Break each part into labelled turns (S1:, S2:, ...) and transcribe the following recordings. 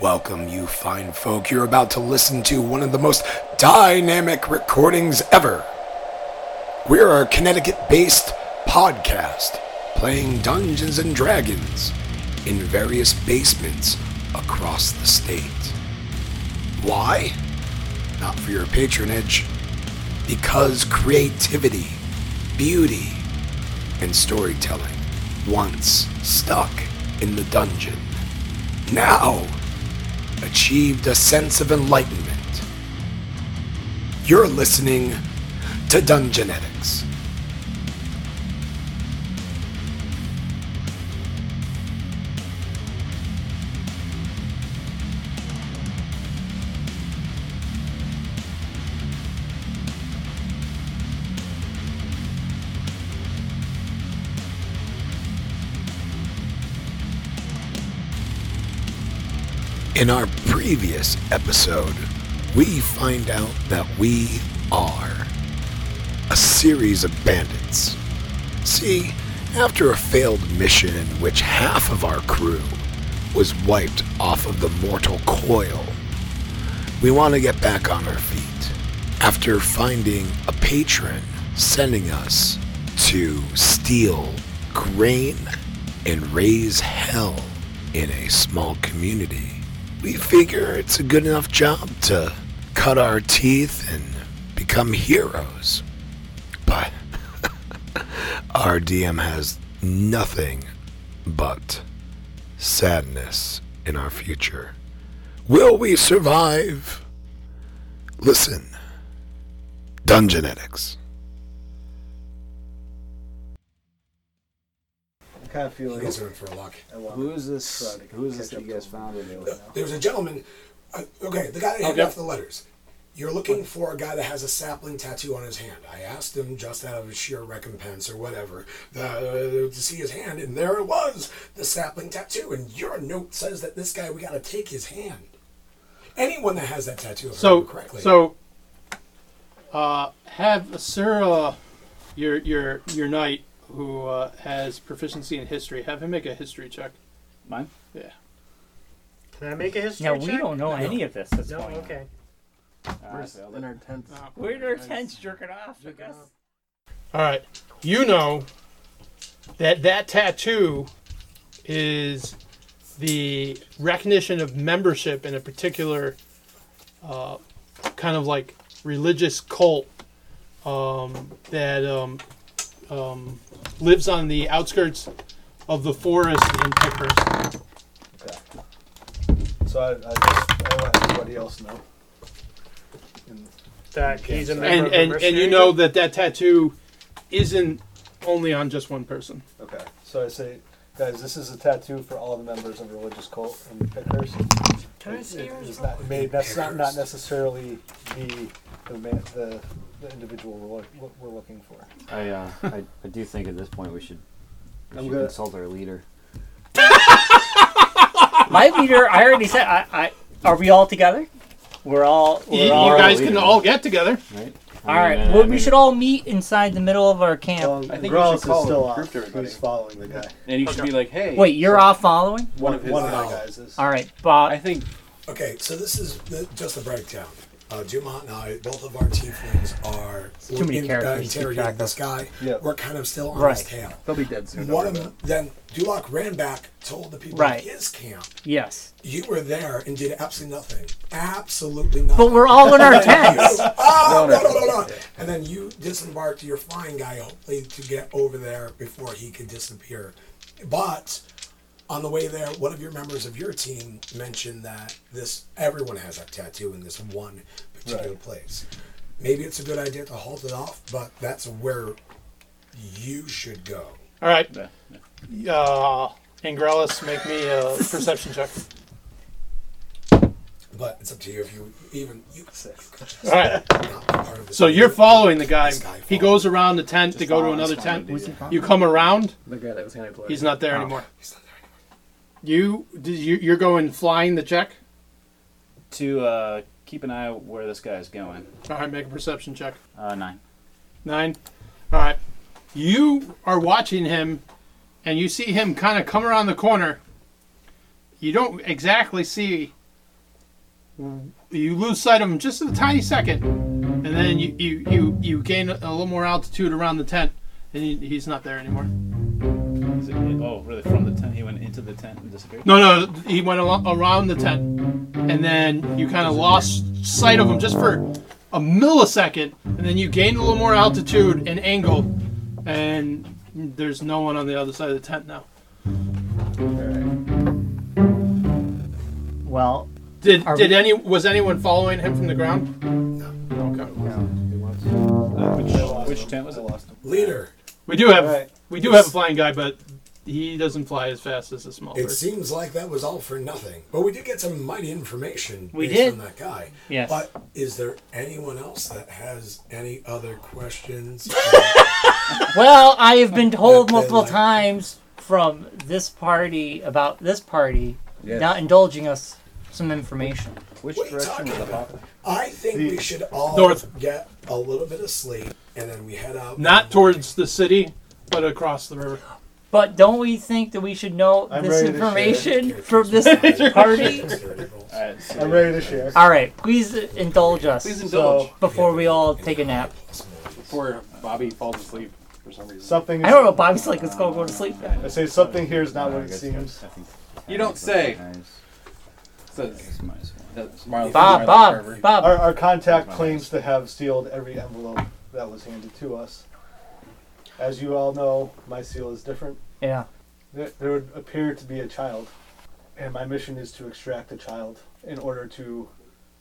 S1: Welcome, you fine folk. You're about to listen to one of the most dynamic recordings ever. We're a Connecticut based podcast playing Dungeons and Dragons in various basements across the state. Why? Not for your patronage. Because creativity, beauty, and storytelling once stuck in the dungeon. Now, achieved a sense of enlightenment. You're listening to Dungeonetics. In our previous episode, we find out that we are a series of bandits. See, after a failed mission in which half of our crew was wiped off of the mortal coil, we want to get back on our feet. After finding a patron sending us to steal grain and raise hell in a small community, we figure it's a good enough job to cut our teeth and become heroes. But our DM has nothing but sadness in our future. Will we survive? Listen, Dungeonetics.
S2: I kind of feel like
S1: are in for a luck.
S2: I want
S3: Who is this?
S2: Try to
S3: Who is this that
S2: catch up
S3: you
S2: to
S3: guys
S2: him.
S3: found in
S2: Yeah.
S3: there?
S1: There was a gentleman. Uh, okay, the guy that
S3: Okay.
S1: handed off the letters. You're looking for a guy that has a sapling tattoo on his hand. I asked him just out of sheer recompense or whatever the, uh, to see his hand, and there it was, the sapling tattoo. And your note says that this guy, we got to take his hand. Anyone that has that tattoo, if I
S4: So,
S1: remember correctly.
S4: so, uh, have Sarah, your your your knight who uh, has proficiency in history, have him make a history check.
S3: Mine.
S4: Yeah.
S5: Can I make a history
S6: Now
S5: check?
S6: we don't know any of this Uh, that's
S5: No,
S6: going
S5: okay.
S3: I failed it.
S5: our tenth.
S4: Oh,
S6: on. Ah, We're in our tents jerking off, I guess.
S4: All right. You know that that tattoo is the recognition of membership in a particular uh, kind of like religious cult um, that um, um, lives on the outskirts of the forest in Pickhurst.
S2: So I, I just I let everybody else know. And
S5: That he's a member
S4: And,
S5: of the
S4: and, and
S5: mercenary
S4: you know
S5: group?
S4: that that tattoo isn't only on just one person.
S2: okay, so I say, guys, this is a tattoo for all the members of religious cult and pickers.
S5: Can I see
S2: It
S5: yours?
S2: is not made. That's not, not necessarily the the man, the, the individual we're, look, what we're looking for.
S3: I, uh, I, I do think at this point we should, we
S2: I'm
S3: should
S2: gonna-
S3: consult our leader.
S6: My leader, I already said, I, I, are we all together? We're all,
S4: You,
S6: we're
S4: you
S6: all,
S4: guys can
S3: leaving.
S4: all get together.
S3: Right.
S6: all right. well, we should all meet inside the middle of our camp.
S2: Um,
S7: I think we
S2: Grolls
S7: should call
S2: is still
S7: a
S2: off.
S7: group to everybody.
S2: Who's following the guy?
S7: And you should be like, hey,
S6: Wait, you're off following?
S2: One,
S7: of his-
S2: one of my guys is.
S6: All right,
S7: I
S6: Bob.
S7: think
S1: Okay, so this is the, just a breakdown. Uh, Jumont and I, both of our tieflings are
S6: too many
S1: in- uh,
S6: characters to keep track
S1: interrogating
S6: of.
S1: this guy.
S2: Yep.
S1: We're kind of still on his
S6: Right.
S1: tail.
S7: they'll be dead soon.
S1: One of them, then Duloc ran back, told the people
S6: Right.
S1: in his camp,
S6: Yes.
S1: you were there and did absolutely nothing. Absolutely nothing.
S6: But we're all in our tents.
S1: Ah, no, no, no, no. And then you disembarked your flying guy, hopefully, to get over there before he could disappear. But on the way there, one of your members of your team mentioned that this everyone has that tattoo in this one particular place. Maybe it's a good idea to halt it off, but that's where you should go.
S4: All right.
S7: Yeah,
S4: Uh, Angrellis, make me a perception check.
S1: But it's up to you if you even you
S4: All right.
S1: not part of this.
S4: So you're following the guy.
S1: This guy
S4: He
S1: followed.
S4: goes around the tent to go to
S7: follow-
S4: another
S7: just follow
S4: tent.
S7: the dude,
S4: You come around.
S7: The guy that was gonna blow.
S4: He's not there anymore.
S1: Oh, He's not there anymore.
S4: You did you you're going flying the check.
S7: to uh, keep an eye out where this guy's going.
S4: All right, make a perception check.
S7: Uh, nine.
S4: Nine. All right. You are watching him, and you see him kind of come around the corner. You don't exactly see you lose sight of them just a tiny second, and then you you you, you gain a little more altitude around the tent, and he, he's not there anymore.
S7: Is it, oh, really? From the tent, he went into the tent and disappeared.
S4: No, no, he went alo- around the tent, and then you kind of lost sight of him just for a millisecond, and then you gained a little more altitude and angle, and there's no one on the other side of the tent now.
S6: Well,
S4: Did
S6: Are
S4: did
S6: we-
S4: any was anyone following him from the ground? Okay.
S7: Which tent was it? Lost
S8: Leader,
S4: We do have
S2: Alright.
S4: we do have a flying guy, but he doesn't fly as fast as a small
S8: it
S4: bird.
S8: seems like that was all for nothing, but we did get some mighty information
S6: We
S8: based
S6: did.
S8: on that guy.
S6: Yes.
S8: But is there anyone else that has any other questions?
S6: well, I have been told
S8: Okay,
S6: multiple
S8: like-
S6: times from this party about this party
S7: Yes.
S6: not indulging us some information.
S7: Which
S8: What are you
S7: direction
S8: talking
S7: was the
S8: about?
S7: hop?
S8: I think we should all
S4: North.
S8: get a little bit of sleep and then we head out.
S4: Not towards the city, but across the river.
S6: But don't we think that we should know
S2: I'm
S6: this
S2: ready to
S6: information from this party?
S7: All right, so
S2: I'm ready to share.
S6: All right, please indulge us
S7: Please indulge
S2: So
S6: before we all take a nap.
S7: before Bobby falls asleep for some reason.
S2: something.
S6: I don't know. Bobby's like, let's go go to sleep.
S2: I say something here is not what it seems.
S7: You don't say.
S9: Says-
S7: That's Marlon-
S6: Bob,
S7: Marlon
S6: Bob,
S7: Carver.
S2: Our,
S6: Bob.
S2: our contact claims to have sealed every envelope that was handed to us. As you all know, my seal is different.
S6: Yeah.
S2: There, there would appear to be a child, and my mission is to extract a child in order to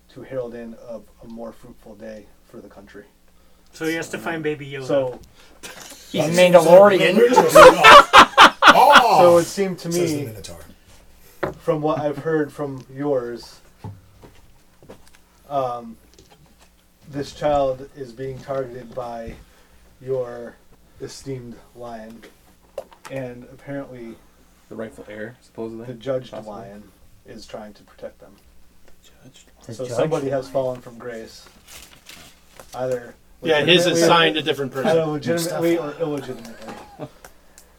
S2: to herald in a, a more fruitful day for the country.
S10: So he has to find Baby Yoda.
S2: So,
S6: He's Mandalorian.
S2: so
S8: oh,
S2: it seemed to
S8: says the
S2: me,
S8: Minotaur.
S2: from what I've heard from yours, um, this child is being targeted by your esteemed lion, and apparently
S7: The rightful heir, supposedly.
S2: the judged
S7: Possibly.
S2: lion is trying to protect them.
S6: The
S2: So
S6: judge?
S2: somebody has fallen from grace. Either
S4: Yeah, his is
S2: legitimately-
S4: signed a different
S2: either
S4: person.
S2: legitimately or illegitimately.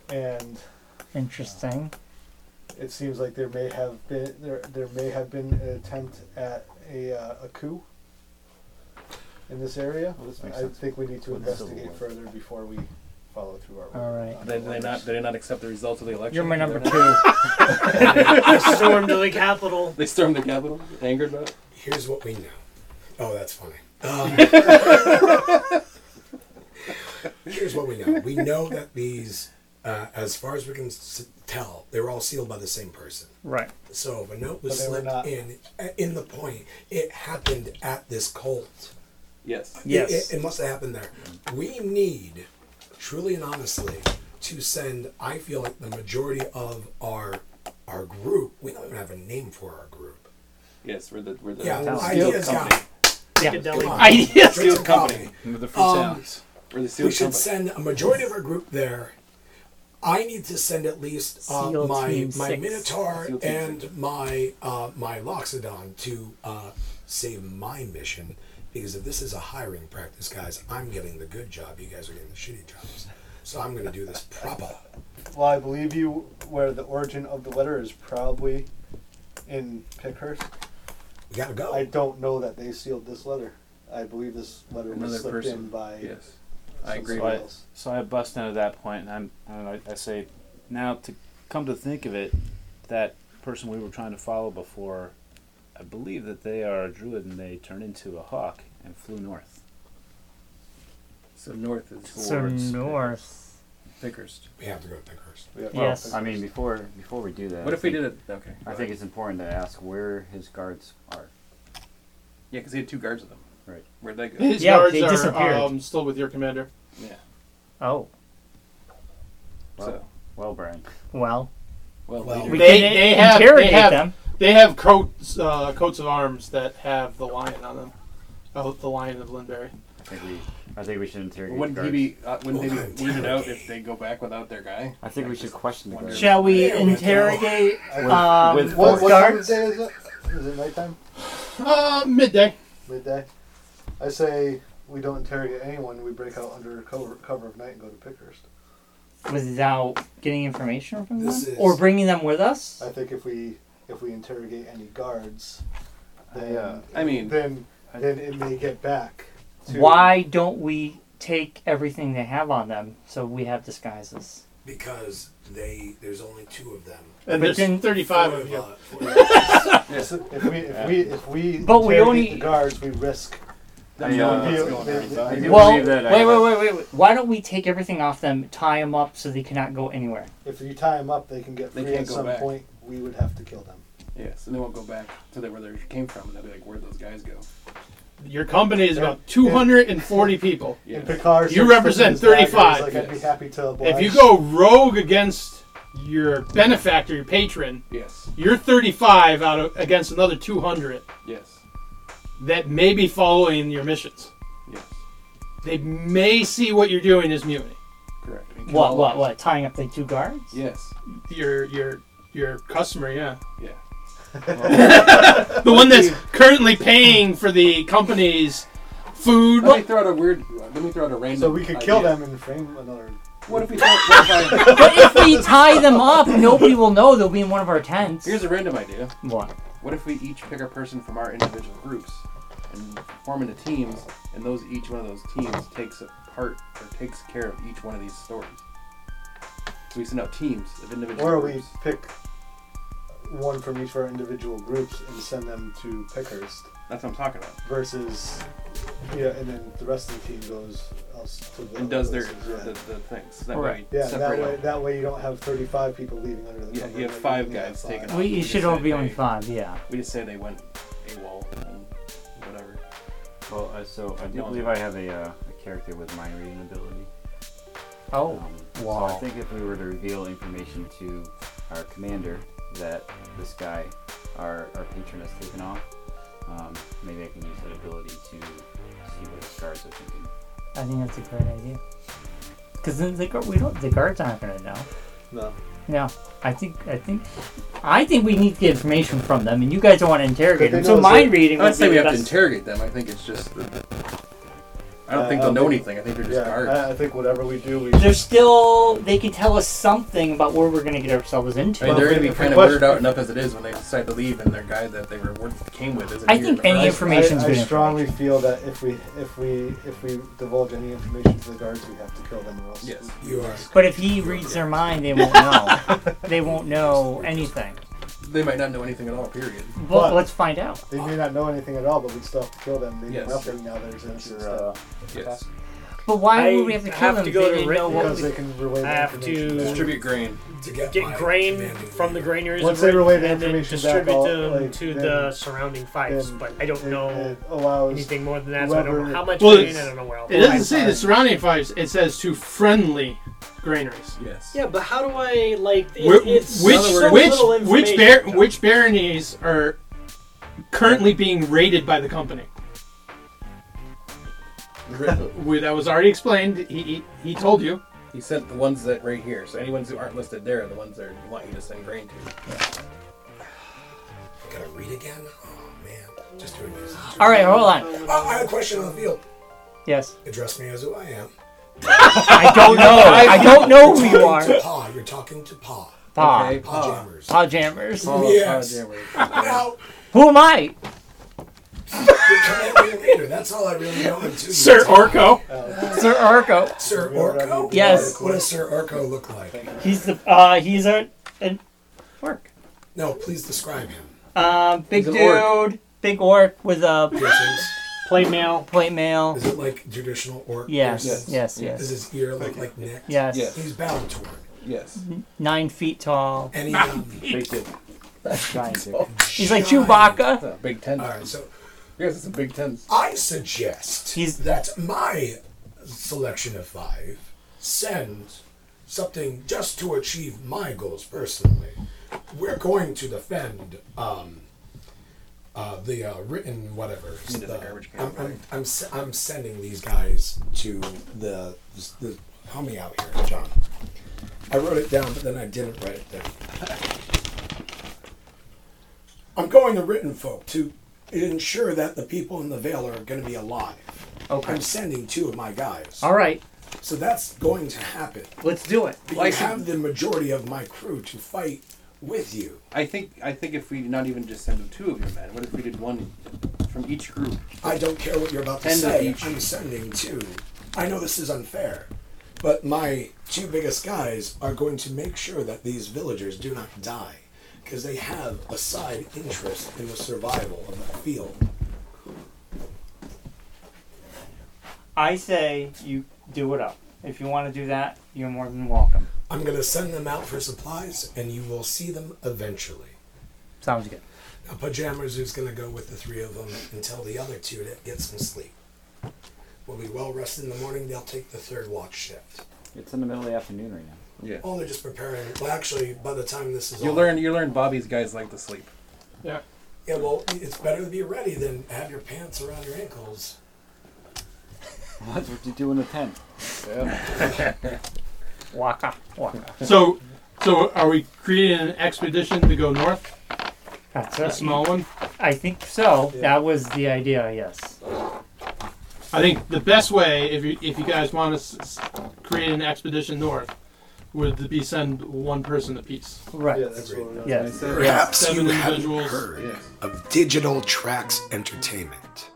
S2: And
S6: Interesting.
S2: it seems like there may have been there there may have been an attempt at a uh, a coup in this area.
S7: this makes
S2: I
S7: sense.
S2: think we need to
S9: With the Civil
S2: investigate
S9: War.
S2: further before we follow through our.
S6: All right.
S7: They, they not they did not accept the results of the election.
S6: You're my number
S7: They're not-
S6: two.
S10: stormed the capital.
S7: They stormed the Capitol, angered by it.
S8: Here's what we know. Oh, that's funny. Um, here's what we know. We know that these, uh, as far as we can s- tell, they were all sealed by the same person.
S6: Right.
S8: So if a note was
S2: But they were
S8: slipped
S2: not-
S8: in, uh, in the point, it happened at this cult.
S7: Yes.
S6: Yes.
S8: It, it, it must have happened there. We need, truly and honestly, to send, I feel like the majority of our our group, we don't even have a name for our group.
S7: Yes, we're the we're the
S8: Yeah,
S7: town-
S8: ideas
S7: steel
S8: got it.
S10: Piccadilly.
S8: Come on.
S6: Ideas.
S8: Drink
S7: Steel
S8: some
S7: company.
S8: coffee.
S7: We're the free
S8: Um,
S7: towns. We're the steel
S8: We should
S7: company.
S8: send a majority of our group there. I need to send at least uh,
S6: SEAL
S8: my
S6: Team
S8: my
S6: Six.
S8: Minotaur
S7: SEAL Team
S8: and my uh, my Loxodon to uh, save my mission because if this is a hiring practice, guys, I'm getting the good job. You guys are getting the shitty jobs. So I'm going to do this proper.
S2: Well, I believe you where the origin of the letter is probably in Pickhurst.
S8: We got to go.
S2: I don't know that they sealed this letter. I believe this letter was
S7: Another
S2: slipped in
S7: person.
S2: by.
S7: Yes. I
S2: some-
S7: agree.
S2: someone
S7: with-
S2: else.
S7: So I bust in at that point, and I'm and I, I say, now to come to think of it, that person we were trying to follow before, I believe that they are a druid and they turned into a hawk and flew north.
S11: So north is
S6: So north.
S11: Pickerst.
S8: we have to go to Pickhurst.
S2: We have-
S6: Well, Yes.
S9: I mean, before before we do that,
S11: What
S9: I
S11: if we
S9: think-
S11: did it? Okay.
S9: I think it's important to ask where his guards are.
S11: Yeah, because he had two guards with him.
S9: Right.
S11: Where'd they go?
S4: His
S6: Yeah,
S4: guards
S6: they
S4: are
S6: disappeared.
S4: um, still with your commander.
S11: Yeah.
S6: Oh
S9: Well,
S11: So-
S9: well, Brian.
S6: well.
S11: Well,
S8: Well,
S11: leader.
S4: We They-
S6: Can
S4: they have- they
S6: interrogate
S4: have-
S6: them.
S4: They have coats uh, coats of arms that have the lion on them. Oh, the lion of Lindberry.
S9: I think we I think we should interrogate. the
S11: wouldn't he
S9: guards.
S11: be? Uh, wouldn't they
S8: Well,
S11: be weirded out
S8: interrogate.
S11: if they go back without their guy?
S9: I think we should question the
S11: Wonder-
S9: guards.
S6: Shall we
S8: There we go.
S6: interrogate
S2: With-
S6: um,
S9: with-
S2: What, what time of
S6: guards?
S2: day is it? Is it nighttime?
S4: Uh, midday.
S2: Midday? I say we don't interrogate anyone. We break out under cover, cover of night and go to Pickhurst.
S6: Without getting information from them,
S8: This is-
S6: or bringing them with us?
S2: I think if we if we interrogate any guards, they, uh,
S11: I mean,
S2: than than it may get back. to-
S6: Why don't we take everything they have on them so we have disguises?
S2: Because they there's only two of them.
S4: And
S6: But
S4: there's
S6: then-
S4: 35 of
S8: uh,
S4: you.
S2: If we if we if we
S6: But we
S2: interrogate
S6: only-
S2: the guards, we risk.
S7: I,
S2: no
S7: uh,
S2: idea.
S7: I do
S6: Well,
S7: believe that. I,
S6: wait, wait, wait, wait, wait. Why don't we take everything off them, tie them up so they cannot go anywhere?
S2: If you tie them up, they can get
S11: They
S2: free
S11: can't
S2: at
S11: go
S2: some
S11: back.
S2: point. We would have to kill them.
S11: yes, and they won't go back to the, where they came from, and they'll be like, "Where'd those guys go?"
S4: Your company is about 240 people.
S11: Yeah.
S2: And Picard,
S4: You
S2: starts
S4: represent
S2: flipping his
S4: 35.
S2: daggers, Like I'd be
S11: Yes.
S2: happy to. Oblige.
S4: If you go rogue against your benefactor, your patron,
S11: Yes,
S4: you're 35 out of against another 200
S11: yes,
S4: that may be following your missions.
S11: yes.
S4: They may see what you're doing as mutiny.
S11: Correct. And
S6: What,
S11: kill
S6: what,
S11: them.
S6: what? Tying up the two guards?
S11: Yes.
S4: Your your your customer, yeah,
S11: Yeah.
S4: the one that's currently paying for the company's food.
S11: Let me throw out a weird. Let me throw out a random.
S2: so we could kill
S11: idea.
S2: them and frame another.
S11: What if we? Throw, what if I,
S6: But if we tie them up, nobody will know they'll be in one of our tents.
S11: here's a random idea.
S6: what?
S11: What if we each pick a person from our individual groups and form into teams, and those each one of those teams takes a part or takes care of each one of these stories. So we send out teams of individual
S2: Or we
S11: groups.
S2: pick one from each of our individual groups and send them to Pickhurst
S11: That's what I'm talking about.
S2: versus yeah, and then the rest of the team goes else to the
S11: And does
S2: other
S11: their
S2: places,
S11: the, the things. That
S6: Right.
S11: Way we
S2: yeah. Yeah,
S11: separate
S2: that way
S11: them.
S2: that way you don't have 35 people leaving under the
S11: Yeah,
S2: cover
S11: you have
S2: of it,
S11: five
S2: only have
S11: guys
S2: five.
S11: taking
S6: We, you should only be only five, yeah.
S11: We just say they went AWOL and whatever.
S7: well, uh, so I do
S11: No.
S7: believe I have a, uh, a character with mind reading ability.
S6: Oh,
S7: Um,
S6: wow.
S7: So I think if we were to reveal information to our commander that this guy, our, our patron, has taken off, um, maybe I can use that ability to see what his guards are thinking.
S6: I think that's a great idea. Because then the, gu- we don't, the guards aren't going to know.
S2: No.
S6: No, I think I think I think we need to get information from them, and you guys don't want to interrogate
S2: But they
S6: them. So
S2: know
S6: mind
S2: that-
S6: reading.
S11: I'm not
S6: would be
S11: saying we
S6: the
S11: have to
S6: best.
S11: interrogate them. I think it's just. The, I don't
S2: Uh,
S11: think
S2: I
S11: they'll
S2: don't
S11: know
S2: think-
S11: anything. I think they're just
S2: Yeah, uh,
S11: guards.
S2: I, I think whatever we do, we.
S6: They're still. They can tell us something about where we're going to get ourselves into.
S11: I mean,
S2: Well,
S11: they're
S2: if
S11: going
S2: we-
S11: to be
S2: if we
S11: kind of
S2: question-
S11: weirded out enough as it is when they decide to leave and their guy that they were with- came with isn't
S6: I
S11: here,
S6: think
S11: right?
S6: any information's
S2: I, I
S6: good
S2: strongly feel that if we if we if we divulge any information to the guards, we have to kill them or else.
S11: Yes.
S8: You are.
S6: But if he reads their mind, they won't know. they won't know anything.
S11: They might not know anything at all, period.
S6: But,
S2: But-
S6: let's find out.
S2: They may not know anything at all, but we'd still have to kill them. They know
S11: Yes.
S2: nothing now. There's innocent
S12: Your,
S2: stuff
S12: uh,
S11: Yes.
S6: But why
S5: I
S6: would we have to kill
S5: have
S6: them?
S5: to
S6: if
S5: go
S6: they
S5: to
S6: didn't know
S5: written-
S6: what
S2: because
S6: we-
S2: they can relay the
S5: I have
S2: information
S5: to-
S2: back.
S11: Distribute grain.
S8: To get,
S5: Get
S8: my
S5: grain
S8: commanding
S5: from the
S8: leader.
S5: granaries
S2: Once
S5: and
S2: they relay the
S5: and then
S2: information back,
S5: distribute
S2: I'll,
S5: them
S2: like,
S5: to
S2: then-
S5: the surrounding fives, but I don't
S2: it-
S5: know
S2: It allows.
S5: anything more than that, so I don't know
S2: whoever-
S5: how much
S4: Well,
S5: grain, I
S4: it's-
S5: don't know where I'll
S4: It
S5: find
S4: doesn't say the surrounding fives. It says to friendly granaries.
S11: Yes.
S5: Yeah, but how do I like? It,
S4: Wh-
S5: it's
S4: which
S5: so little
S4: which which
S5: information.
S4: bar- which baronies are currently being raided by the company? We, that was already explained. He, he, he told you.
S11: He sent the ones that right here. So any ones who aren't listed there are the ones that want you to send grain to.
S8: Gotta read again? Oh, man. Just doing this.
S6: All right, hold on.
S8: Oh, I have a question on the field.
S6: Yes,
S8: Address me as who I am.
S6: I don't know. I don't know who you
S8: Talking
S6: are.
S8: To Pa. You're talking to Pa.
S2: Ah.
S6: Pa,
S11: Okay.
S8: Pa
S11: Pa.
S8: Jammers.
S6: pa jammers.
S11: Pa-
S8: Yes.
S11: Pa- Jammers.
S8: Now,
S6: Who am I?
S8: you're commanding leader. That's all I really know until you.
S4: Sir
S8: tell me.
S4: Orko.
S6: Sir Arco.
S8: Sir Orko?
S6: Yes.
S8: What does Sir Orko look like?
S6: He's the. Uh, he's a. An orc.
S8: No, please describe him.
S6: Um, big
S11: He's
S6: dude,
S11: an orc.
S6: big orc with a
S8: Piercings.
S5: Plate mail.
S6: plate mail.
S8: Is it like traditional orc?
S6: Yes,
S8: piercings?
S6: yes,
S8: Does
S6: yes,
S8: his ear look like neck?
S6: yes.
S11: Yes.
S8: He's Baltor.
S11: Yes.
S6: Nine feet tall.
S8: And he, um,
S11: Big dick.
S6: He's like Chewbacca.
S11: Uh, Big Ten.
S8: all right, so
S11: Yes, it's a Big Ten.
S8: I suggest
S6: He's-
S8: that my selection of five send something just to achieve my goals personally. We're going to defend um, uh, the uh, written whatever.
S11: Into the
S8: Uh,
S11: garbage can,
S8: I'm,
S11: right.
S8: I'm, I'm, s- I'm sending these guys to the, the. Help me out here, John. I wrote it down, but then I didn't write it down. I'm going to written folk to ensure that the people in the Vale are going to be alive.
S6: Okay.
S8: I'm sending two of my guys.
S6: All right,
S8: So that's going to happen.
S6: let's do it.
S8: But
S11: Why
S8: you
S11: should-
S8: have the majority of my crew to fight
S1: with you.
S13: I think I think if we not even just send two of your men, what if we did one from each group?
S1: I don't care what you're about to
S13: End of
S1: say.
S13: each.
S1: I'm sending two. I know this is unfair, but my two biggest guys are going to make sure that these villagers do not die because they have a side interest in the survival of that field.
S6: I say you do it up. If you want to do that, you're more than welcome.
S1: I'm going to send them out for supplies, and you will see them eventually.
S6: Sounds good.
S1: Now, Pajamas is going to go with the three of them and tell the other two to get some sleep. We'll be well rested in the morning. They'll take the third watch shift.
S3: It's in the middle of the afternoon right now.
S13: Yeah.
S1: Oh, they're just preparing. Well, actually, by the time this is
S13: You
S1: all-
S13: learn you learn Bobby's guys like to sleep.
S1: Yeah, well, it's better to be ready than have your pants around your ankles.
S3: Well, that's what you do in the tent.
S6: Waka, waka.
S4: So, so are we creating an expedition to go north?
S6: That's
S4: A
S6: it.
S4: small one.
S6: I think so. That was the idea, yes.
S4: I think the best way, if you if you guys want to s- s- create an expedition north, would be send one person apiece.
S6: Right.
S2: Yeah, that's what we're
S6: Yes.
S1: Perhaps
S4: Seven
S1: you haven't
S4: individuals.
S1: heard of Digital Tracks Entertainment.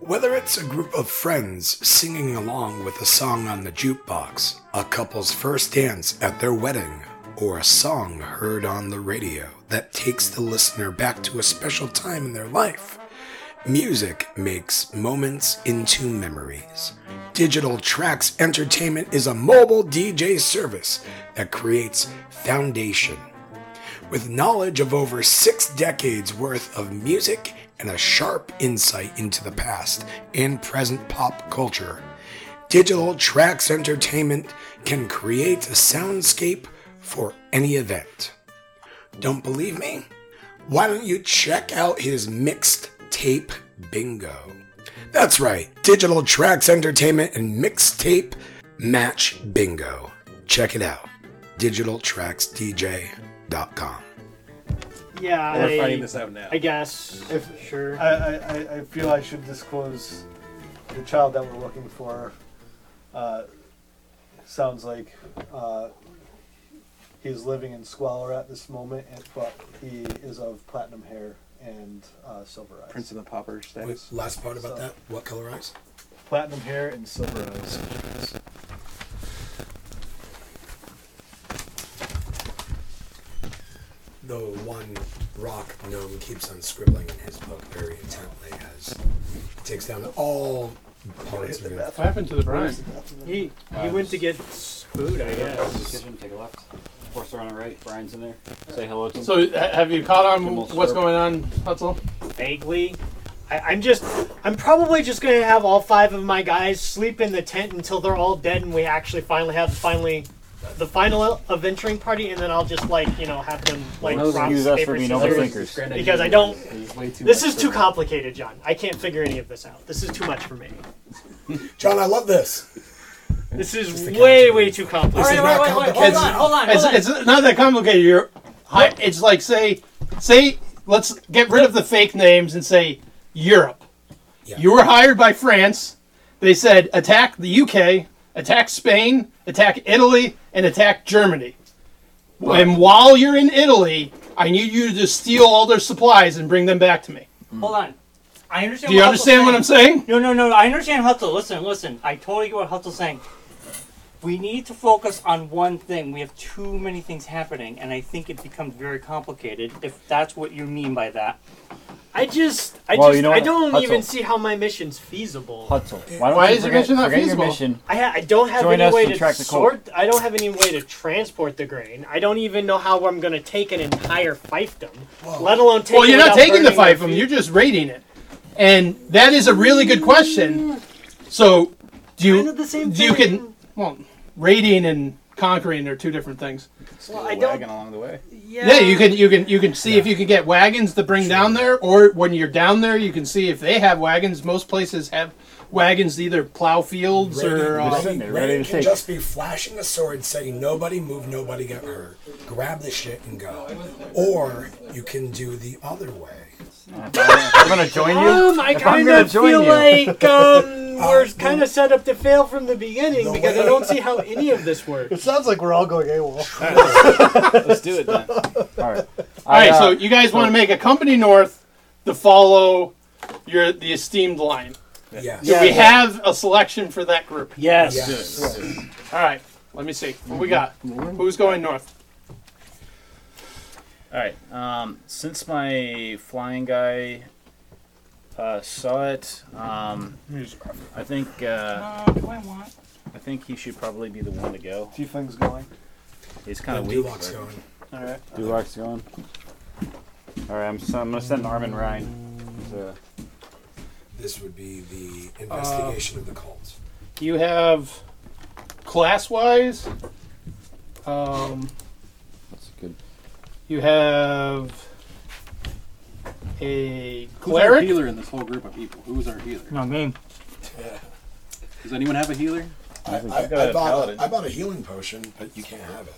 S1: Whether it's a group of friends singing along with a song on the jukebox, a couple's first dance at their wedding, or a song heard on the radio that takes the listener back to a special time in their life, music makes moments into memories. Digital Tracks Entertainment is a mobile DJ service that creates foundation with knowledge of over six decades worth of music and a sharp insight into the past and present pop culture. Digital Tracks Entertainment can create a soundscape for any event. Don't believe me? Why don't you check out his mixed tape bingo? That's right, Digital Tracks Entertainment and Mixtape Match Bingo. Check it out. DigitalTracksDJ.com.
S5: Yeah,
S13: We're finding
S5: I,
S13: this out now.
S5: I guess.
S2: If-
S5: sure.
S2: I, I, I- I feel I should disclose the child that we're looking for. Uh, sounds like uh, he's living in squalor at this moment, and, but he is of platinum hair and uh, silver eyes.
S13: Prince and the Popper
S1: Wait,
S13: status.
S1: last part about that. What color eyes?
S2: Platinum hair and silver eyes.
S1: The one rock gnome keeps on scribbling in his book very intently as he takes down all parts of it.
S4: What happened to the Brian?
S5: He, he went to get s- food, I guess.
S3: Kitchen, take a left. Horse around the right. Brian's in there. Say hello to him.
S4: So ha- have you caught on
S3: Kimball's
S4: what's
S3: syrup.
S4: going on, Hutzel?
S5: Vaguely. I, I'm just. I'm probably just gonna have all five of my guys sleep in the tent until they're all dead, and we actually finally have finally the final adventuring party, and then I'll just like you know have them like
S3: those
S5: rock,
S3: use us
S5: paper,
S3: for being overthinkers.
S5: scissors.
S3: Thinkers.
S5: Because I don't-
S13: He's way too
S5: This
S13: much
S5: is too
S13: for-
S5: complicated, John. I can't figure any of this out. This is too much for me.
S1: John, I love this.
S5: This is
S1: the
S5: way,
S1: complicated.
S5: way too complicated.
S1: This is not complicated.
S6: hold on,
S4: It's, it's not that complicated. You're, hi- it's like say, say let's get rid of the fake names and say Europe.
S1: Yeah.
S4: You were hired by France. They said attack the UK, attack Spain, attack Italy, and attack Germany. And while you're in Italy, I need you to steal all their supplies and bring them back to me.
S6: Hold on. I understand.
S4: Do you understand what I'm saying?
S6: No, no, no. I understand Hutzel. Listen, listen. I totally get what Hutzel's saying. We need to focus on one thing. We have too many things happening, and I think it becomes very complicated if that's what you mean by that.
S5: I just, I
S3: Well,
S5: just,
S3: you know
S5: I
S3: what?
S5: don't
S3: Hutzel.
S5: even see how my mission's feasible.
S3: Hutzel. Why, don't
S4: Why
S3: you
S4: is your
S3: forget-
S4: mission not
S3: forget your
S4: feasible?
S3: mission.
S5: I, ha- I don't have
S3: Join
S5: any
S3: us
S5: way
S3: and
S5: to
S3: track the
S5: sort. I don't have any way to transport the grain. I don't even know how I'm going to take an entire fiefdom, let alone take.
S4: Well,
S5: it
S4: you're not
S5: without
S4: taking the
S5: burning their
S4: fiefdom.
S5: feet.
S4: You're just raiding it, and that is a really good question. So, do you
S5: Kind of the same
S4: do you
S5: thing.
S4: can well raiding and conquering are two different things.
S5: Well, I
S7: wagon
S5: don't.
S7: along the way.
S5: Yeah.
S4: Yeah, you can you can you can see if you can get wagons to bring down there, or when you're down there, you can see if they have wagons. Most places have wagons to either plow fields or
S1: Ready-
S4: uh,
S1: ready-
S3: they're
S1: ready
S3: ready to
S1: can
S3: take.
S1: just be flashing a sword saying, nobody move, nobody get hurt. Grab the shit and go. Or you can do the other way.
S3: I'm gonna join you.
S5: Um, I
S3: If I'm
S5: kind
S3: gonna
S5: of
S3: join
S5: feel
S3: you.
S5: like um, we're kind of set up to fail from the beginning because I don't see how any of this
S2: It
S5: works.
S2: sounds like we're all going AWOL.
S7: Let's do it then. All right.
S4: All
S7: uh,
S4: right, so you guys want to make a company north to follow your the esteemed line.
S1: Yes.
S4: Do we have a selection for that group?
S6: Yes.
S1: Yes.
S4: All right, let me see what we got. Who's going north?
S7: All right. Um, since my flying guy uh, saw it, um, I think uh,
S6: Uh, do I want?
S7: I think he should probably be the one to go.
S2: Few things going.
S7: He's kind
S1: And
S7: of weak.
S1: Duloc's going.
S2: All right.
S3: Duloc's going. All right, I'm, so I'm gonna send Armin Ryan. He's, uh,
S1: This would be the investigation of the cult.
S4: You have class wise. Um,
S3: that's good.
S4: you have a
S13: Who's our
S4: cleric.
S13: healer in this whole group of people? Who's our healer?
S6: No, me.
S13: Does anyone have a healer?
S1: I,
S7: think
S1: I,
S7: I've got
S1: I
S7: a
S1: bought
S7: paladin.
S1: a, I bought a healing potion, but you can't have it.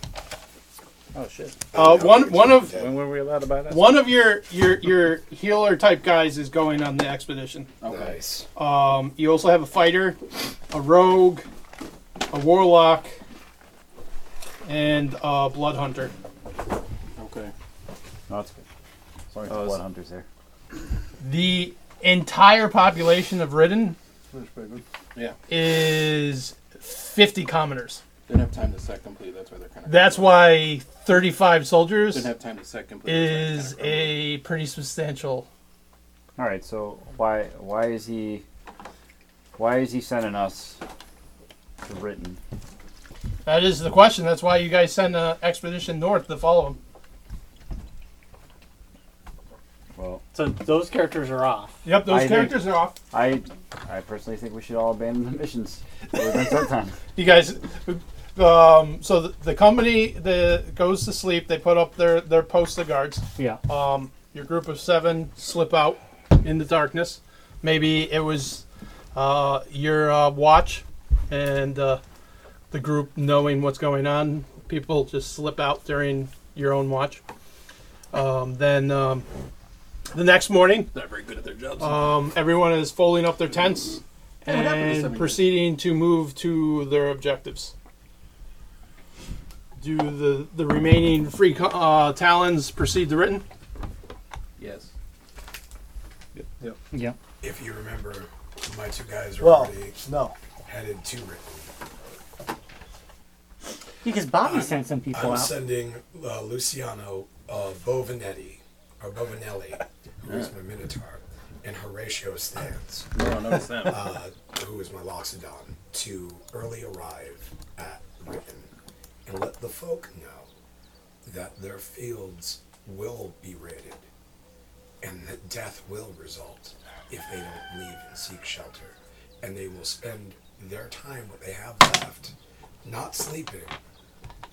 S7: Oh shit!
S4: Uh, one one of
S7: When were we allowed to buy that?
S4: one of your your your healer type guys is going on the expedition.
S1: Nice.
S4: Um, you also have a fighter, a rogue, a warlock, and a blood hunter.
S13: Okay.
S3: No, that's good. Sorry,
S7: Oh,
S3: oh,
S7: is-
S3: blood hunters there.
S4: The entire population of Ridden
S13: Yeah.
S4: is 50 commoners.
S13: Didn't have time to set complete. That's why they're kind of.
S4: That's why 35 soldiers
S13: Didn't have time to set complete. that's
S4: is
S13: why they're kinda
S4: a pretty substantial.
S3: All right, so why why is he why is he sending us to Britain?
S4: That is the question. That's why you guys send an expedition north to follow him.
S3: Well,
S6: So those characters are off.
S4: Yep,
S3: I
S4: those
S3: think-
S4: characters are off.
S3: I I personally think we should all abandon the missions. We've been spent time.
S4: you guys um, so the, the company the goes to sleep they put up their their post of guards
S6: Yeah.
S4: um, your group of seven slip out in the darkness maybe it was uh, your uh, watch and uh, the group knowing what's going on people just slip out during your own watch um, then um, the next morning
S2: Not very good at their jobs.
S4: um, everyone is folding up their tents
S13: Hey, what happened to
S4: and
S13: seven
S4: proceeding to move to their objectives. Do the the remaining free co- uh, talons proceed to written?
S13: Yes.
S6: Yeah.
S1: If you remember, my two guys were
S2: Well,
S1: already
S2: no.
S1: headed to Britain.
S6: Because Bobby sent some people
S1: I'm
S6: out.
S1: sending uh, Luciano uh, Bovinetti, or Bovinelli, who is my Minotaur, and Horatio Stans,
S13: No, notice them.
S1: uh, who is my Loxodon, to early arrive at Britain and let the folk know that their fields will be raided and that death will result if they don't leave and seek shelter. And they will spend their time, what they have left, not sleeping,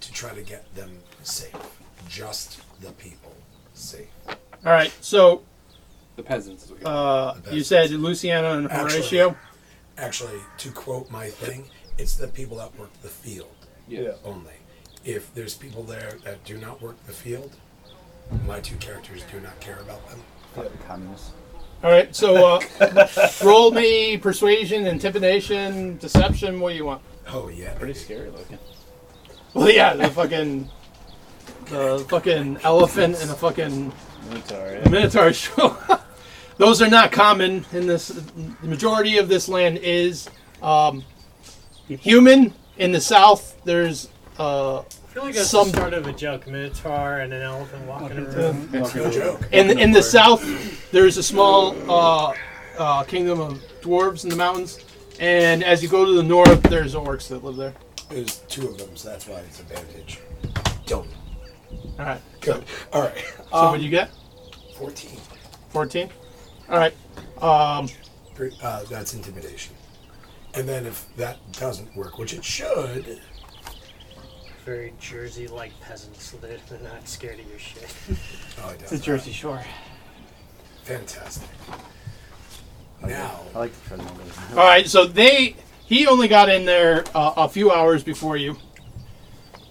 S1: to try to get them safe. Just the people safe.
S4: All right. So
S13: the peasants. Is what you
S4: uh, you said Luciano and
S1: Actually-
S4: Horatio.
S1: Actually, to quote my thing, it's the people that work the field
S13: yes.
S1: only. If there's people there that do not work the field, my two characters do not care about them.
S3: Fucking communists.
S4: All right. So uh, roll me persuasion, intimidation, deception. What do you want?
S1: Oh yeah,
S7: Pretty scary looking.
S4: Well, yeah, the fucking the fucking elephant and a fucking
S7: Minotaur, yeah.
S4: Minotaur show. Those are not common in this. The majority of this land is um, human. In the south, there's uh,
S5: I feel like that's
S4: Some-
S5: the start of a joke. Minotaur and an elephant walking around.
S1: it's no joke.
S4: in in the south there's a small uh, uh, kingdom of dwarves in the mountains, and as you go to the north, there's orcs that live there.
S1: There's two of them, so that's why it's a bandage. Dope.
S4: All right.
S1: Good. All right.
S4: So what do you get?
S1: Fourteen.
S4: Fourteen. All right. Um,
S1: Great. Uh, that's intimidation. And then if that doesn't work, which it should,
S5: Very Jersey like peasants. so They're, they're not scared of your shit.
S1: oh, it
S6: It's the
S1: does.
S6: Jersey Shore.
S1: Fantastic. Now,
S3: I like the treadmill.
S4: all right. So they he only got in there uh, a few hours before you.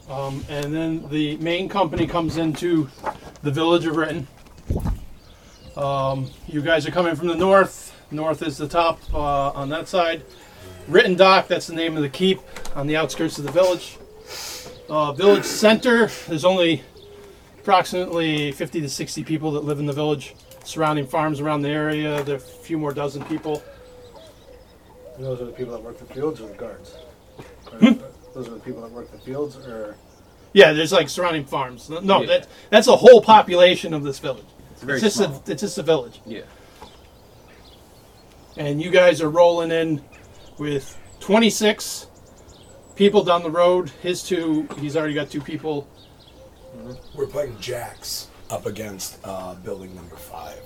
S4: Um, and then the main company comes into the village of Renton. Um, you guys are coming from the north. North is the top uh, on that side. Written Dock, that's the name of the keep on the outskirts of the village. Uh, village center, there's only approximately 50 to 60 people that live in the village. Surrounding farms around the area, there are a few more dozen people.
S14: And those are the people that work the fields or the guards? Or- Those are the people that work the fields or
S4: Yeah, there's like surrounding farms. No, no, that, that's a whole population of this village.
S13: It's
S4: It's just, a, it's just a village.
S13: yeah.
S4: and you guys are rolling in with 26 people down the road. His two, he's already got two people.
S8: We're playing jacks up against uh, building number five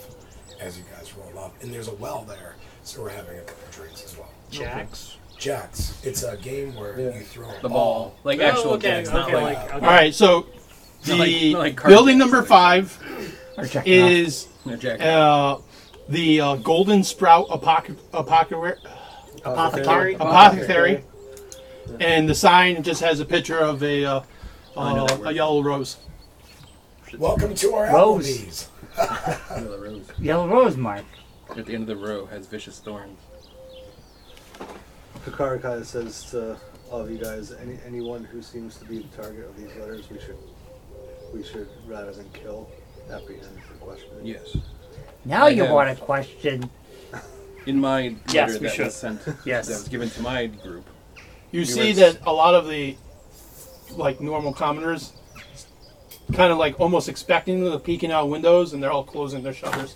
S8: as you guys roll up, and there's a well there, so we're having a couple drinks as well.
S5: Jacks.
S8: Jacks. It's a game where you throw a
S11: The ball. Like actual
S5: okay,
S11: jacks, not
S5: okay,
S11: like.
S5: like,
S4: All right, so the
S11: Not like- not like card
S4: building
S11: games,
S4: number
S11: like-
S4: five
S11: Or jack
S4: is
S11: no, jack
S4: uh, the uh, Golden Sprout Apoc- Apoc-
S5: apothecary.
S4: Apothecary, and the sign just has a picture of a uh,
S11: Oh,
S4: uh, a yellow rose.
S8: Welcome to our
S6: Rose.
S8: Applebee's.
S11: at the rose.
S6: Yellow Rose Mark.
S11: At the end of the row has vicious thorns.
S14: Kakarakai says to all of you guys, any, anyone who seems to be the target of these letters, we should, we should rather than kill, apprehend for questioning.
S11: Yes.
S6: Now
S11: I have-
S6: to question.
S11: In my
S6: Yes,
S11: letter
S6: we
S11: that
S6: should.
S11: was sent,
S6: Yes.
S11: that was given to my group.
S4: You see
S11: was-
S4: that a lot of the like normal commoners kind of like almost expecting the peeking out windows and they're all closing their shutters.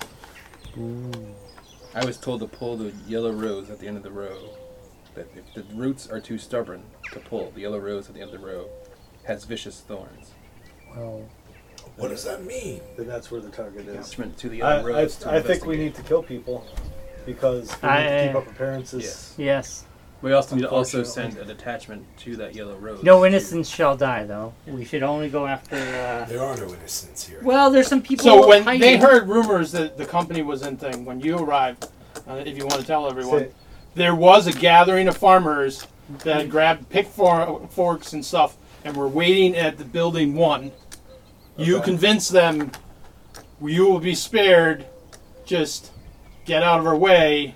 S11: I was told to pull the yellow rose at the end of the row. That if the roots are too stubborn to pull, the yellow rose at the end of the row has vicious thorns.
S8: What does that mean?
S14: Then that's where the target is.
S11: Attachment to the
S2: I,
S11: yellow
S2: I,
S11: rose. to
S2: I think we
S11: investigate.
S2: need to kill people because we need
S6: I-
S2: to keep up appearances.
S11: Yes.
S6: Yes.
S11: We also need to also send a detachment to that yellow rose.
S6: No innocents shall die, though. We should only go after. Uh...
S8: There are no innocents here.
S6: Well, there's some people.
S4: So when
S6: hiding.
S4: they heard rumors that the company was in thing, when you arrived, uh, if you want to tell everyone,
S2: Say-
S4: there was a gathering of farmers that grabbed pick for- forks and stuff and were waiting at the building one. You convinced them you will be spared. Just get out of our way,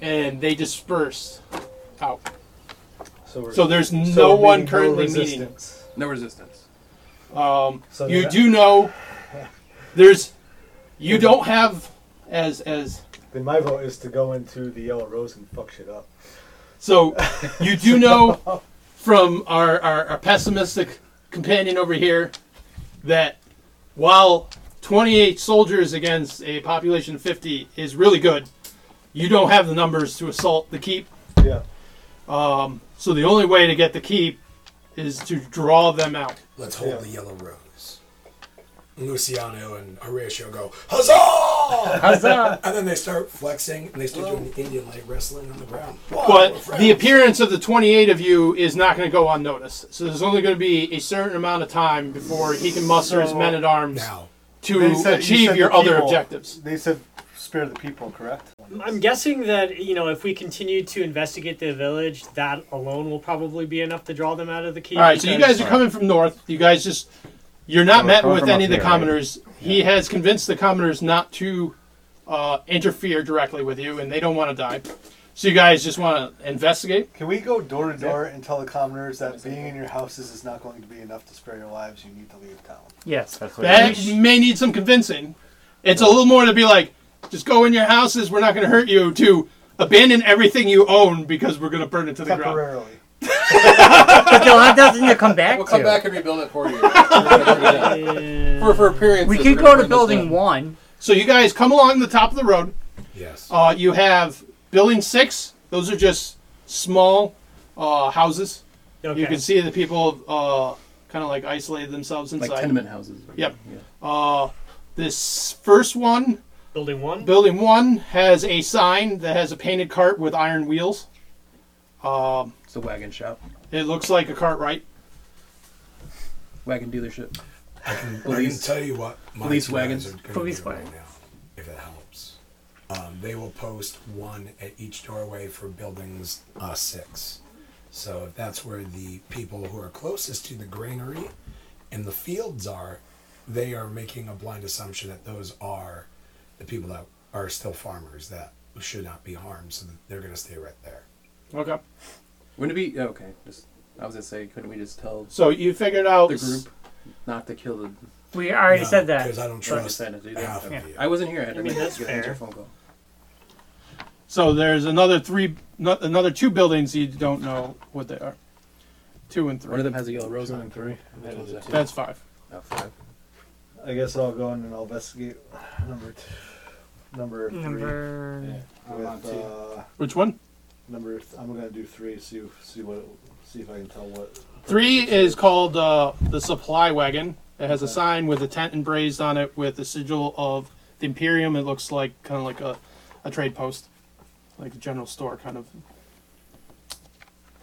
S4: and they dispersed out.
S14: So, we're,
S4: So there's no
S14: so we're
S4: one
S14: meeting
S4: currently meeting.
S14: resistance.
S11: No resistance.
S4: Um,
S14: So
S4: you
S14: that-
S4: do know there's you don't have as as
S2: Then my vote is to go into the Yellow Rose and fuck shit up.
S4: So you do know from our, our, our pessimistic companion over here that while 28 soldiers against a population of 50 is really good, you don't have the numbers to assault the keep.
S2: Yeah.
S4: Um, so the only way to get the keep is to draw them out.
S8: Let's hold
S2: Yeah.
S8: the yellow rose. Luciano and Horatio go, huzzah!
S6: Huzzah!
S8: and then they start flexing and they start doing Indian leg wrestling on the ground. Whoa, we're
S4: But the
S8: friends.
S4: appearance of the 28 of you is not going to go unnoticed. So there's only going to be a certain amount of time before he can muster his
S2: So-
S4: men at arms
S8: Now,
S4: to
S2: They said- you
S4: achieve
S2: said
S4: your
S2: the
S4: other
S2: people-
S4: objectives.
S2: They said spare the people, correct?
S5: I'm guessing that you know if we continue to investigate the village, that alone will probably be enough to draw them out of the key.
S4: All right, so you guys are coming from north. You guys just you're not
S7: we're
S4: met
S7: coming
S4: with
S7: from
S4: any
S7: up
S4: of the
S7: here, right?
S4: commoners. He has convinced the commoners not to uh, interfere directly with you, and they don't want to die. So you guys just want to investigate.
S2: Can we go door to door and tell the commoners that being in your houses is not going to be enough to spare your lives? You need to leave town.
S6: Yes.
S7: That's what
S4: That
S7: it is.
S4: may need some convincing. It's a little more to be like, just go in your houses. We're not going to hurt you. To abandon everything you own because we're going to burn it to the ground.
S2: Temporarily.
S6: But they'll have nothing to come back
S11: We'll come
S6: to.
S11: back and rebuild it for you. for for appearances.
S6: we
S11: we're
S6: could
S11: gonna
S6: go to
S11: burn this
S6: building
S11: down.
S6: one.
S4: So you guys come along the top of the road.
S8: yes.
S4: Uh, you have building six. Those are just small uh, houses.
S5: Okay.
S4: You can see the people uh, kind of like isolated themselves inside.
S11: Like tenement houses.
S4: Yep.
S11: Yeah.
S4: Uh, this first one,
S5: building one.
S4: building one, has a sign that has a painted cart with iron wheels. Um,
S11: It's a wagon shop,
S4: it looks like a cartwright.
S11: wagon dealership.
S8: I can tell you what my
S11: police
S8: guys
S11: wagons.
S8: are gonna
S6: Police
S8: do right
S6: wagon.
S8: now, if it helps. Um, they will post one at each doorway for buildings uh, six. So if that's where the people who are closest to the granary and the fields are, they are making a blind assumption that those are the people that are still farmers that should not be harmed, so that they're going to stay right there.
S4: Okay.
S13: Wouldn't it be oh, okay? Just I was gonna say, couldn't we just tell
S4: So you figured out
S13: the group not to kill the?
S6: We already said
S8: Because I
S6: that.
S8: don't
S13: I
S8: trust
S13: decided to do that.
S8: half of
S6: Yeah.
S8: you.
S13: I wasn't here. I had to
S6: I mean,
S13: make-
S6: that's
S13: get an answer
S6: fair.
S13: phone call.
S4: So there's another three, no, another two buildings you don't know what they are. Two
S13: One
S4: and three.
S13: of them has a yellow rose on it. Three.
S4: That's five.
S13: Oh, five.
S2: I guess I'll go in and I'll investigate number two. Number three.
S6: Number.
S2: with, uh,
S4: Which one?
S2: number th- I'm gonna do three. See if- see what see if I can tell what.
S4: Three is called uh, the supply wagon. It has a sign with a tent embraced on it with the sigil of the Imperium. It looks like kind of like a, a trade post, like a general store kind of.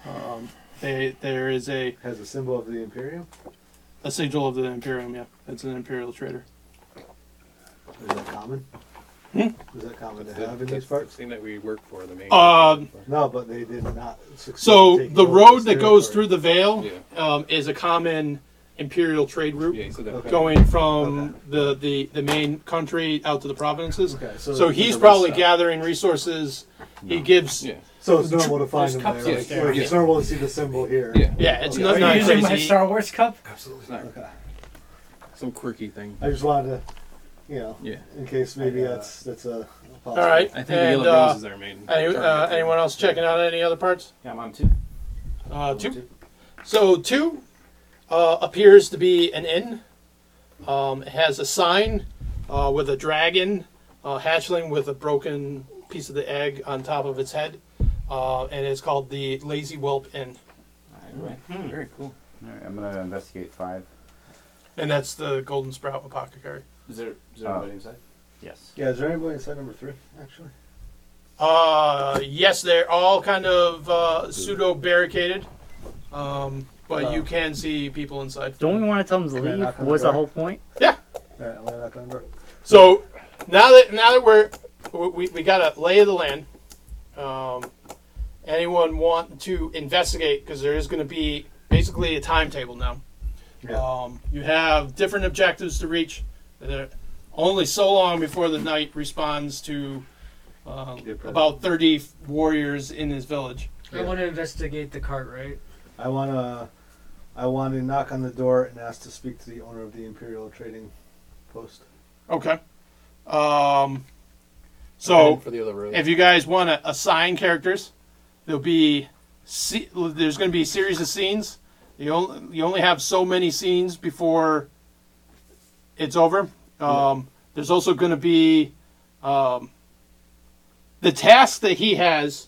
S4: Um, they there is a,
S2: Has a symbol of the Imperium.
S4: a sigil of the Imperium. Yeah, it's an Imperial trader.
S2: Is that common? Hmm? Is that common to have in these
S11: the
S2: parts?
S11: thing that we work for, the main.
S4: Um,
S2: No, but they did not. succeed
S4: So
S2: in taking
S4: the
S2: over
S4: road
S2: this
S4: that goes
S2: territory.
S4: through the Vale
S11: Yeah.
S4: um, is a common Imperial trade route.
S11: yeah, so that
S2: Okay.
S4: going from the, the, the main country out to the provinces.
S2: Okay, so,
S4: So,
S2: so
S4: he's
S13: the
S4: probably
S13: west side.
S4: gathering resources. He gives. Yeah,
S11: yeah.
S2: it's normal to find
S5: Those
S2: them
S5: cups
S2: there. Like,
S5: upstairs.
S2: like, It's normal to see the symbol here.
S11: Yeah.
S4: it's
S2: Okay.
S4: not,
S6: Are
S4: not
S6: you using my
S4: crazy.
S6: Star Wars cup?
S11: It's not
S2: Okay.
S11: some quirky thing.
S2: I just wanted to, you know,
S11: Yeah.
S2: in case maybe that's that's a.
S4: All right.
S11: I
S4: and
S11: think the yellow
S4: uh,
S11: rose is our main.
S4: any, uh,
S11: target.
S4: anyone else checking out any other parts?
S3: Yeah, I'm on two.
S4: Uh, two. So two uh, appears to be an inn. Um, it has a sign uh, with a dragon uh, hatchling with a broken piece of the egg on top of its head, uh, and it's called the Lazy Whelp Inn.
S3: All right.
S13: Very cool.
S3: All right. I'm gonna investigate five.
S4: And that's the golden sprout apothecary.
S7: Is there, is
S3: Oh.
S7: anybody inside?
S3: Yes.
S2: Yeah, is there anybody inside number three? Actually,
S4: Uh, yes, they're all kind of uh, pseudo barricaded, um, but you can see people inside.
S6: Don't we want to tell them to
S2: I knock
S6: leave?
S2: on
S6: Was
S2: the
S6: the
S2: door?
S6: whole point?
S2: all right, I'm gonna knock on the door.
S4: So now that now that we're we, we got a lay of the land. Um, anyone want to investigate because there is going to be basically a timetable now.
S2: Yeah.
S4: Um, you have different objectives to reach. They're only so long before the knight responds to um, about thirty warriors in his village.
S2: I
S6: want to investigate the cartwright.
S2: I wanna, I want to knock on the door and ask to speak to the owner of the Imperial Trading Post.
S4: Okay. Um, so
S11: for the other rose.
S4: if you guys want to assign characters, there'll be se- there's going to be a series of scenes. You only you only have so many scenes before it's over. Um, there's also going to be um, the task that he has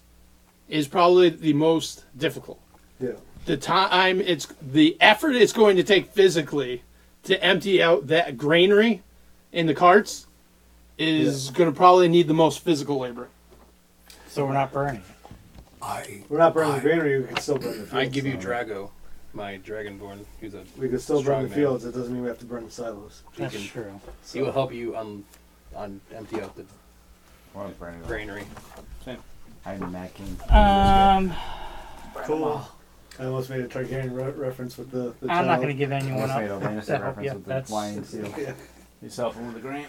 S4: is probably the most difficult
S2: Yeah.
S4: the time it's the effort it's going to take physically to empty out that granary in the carts is going to probably need the most physical labor.
S6: So we're not burning.
S8: I
S2: We're not burning
S8: I-
S2: the granary. We can still burn the fields.
S11: I give you Drago, my dragonborn. He's a
S2: We can still burn
S11: Strong
S2: the
S11: man.
S2: fields. It doesn't mean we have to burn the silos.
S6: That's
S11: Beacon.
S6: true.
S11: He will help you on, on empty out the
S3: I want to burn it. all.
S11: granary.
S3: I'm macking.
S6: Um,
S2: Cool. I almost made a Targaryen re- reference with the. the
S6: I'm not
S2: child.
S6: going to give
S3: I
S6: anyone
S3: almost made a
S6: up.
S3: Lannister
S6: That-
S3: reference
S6: yeah,
S3: with the
S6: that's-
S3: flying seal.
S7: Yourself one with the green.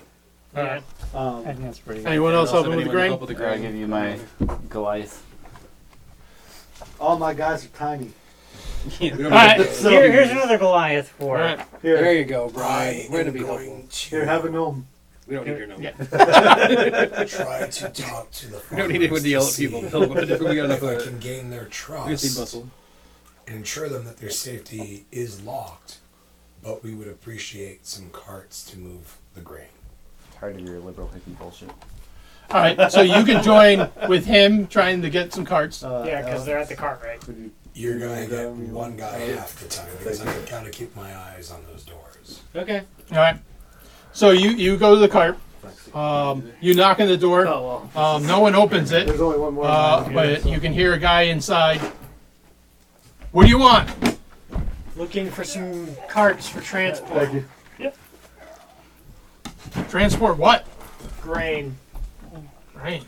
S6: Yeah, I
S2: Um,
S6: think that's pretty. Good.
S4: Anyone else
S11: Also,
S4: helping with the
S11: anyone
S4: grain?
S11: help with the
S3: I'll
S11: grain?
S3: give you my Goliath.
S2: all my guys are tiny.
S11: We don't
S6: All right,
S11: need-
S2: So-
S6: here, here's another Goliath for.
S4: All right.
S2: Here,
S11: There you go,
S8: I
S11: Brian. We're gonna
S8: am
S11: be helpful.
S8: going
S2: here, have a gnome.
S11: We don't need your number.
S4: Yeah.
S8: to try to talk to the.
S11: We don't need anyone
S8: farmers
S11: to yell at
S8: see
S11: people. Tell them what to do. We got enough
S8: If I
S11: of it.
S8: can gain their
S11: We can see
S8: trust
S11: muscle.
S8: and ensure them that their safety is locked, but we would appreciate some carts to move the grain.
S3: Tired of your liberal hippie bullshit.
S4: All right. So you can join with him trying to get some carts.
S2: Uh,
S6: Yeah, because
S2: Alex,
S6: they're at the cartwright.
S2: could you-
S8: You're gonna get
S2: Um,
S8: one guy half the time because I gotta keep my eyes on those doors.
S11: Okay.
S4: All right. So you you go to the cart. Um, you knock on the door.
S6: Oh,
S4: Um, no one opens it.
S2: There's only one more.
S4: Uh,
S2: gnome here,
S4: but
S2: so-
S4: you can hear a guy inside. What do you want?
S5: Looking for some carts for transport.
S2: Thank you.
S4: Transport what?
S5: Grain.
S4: Right.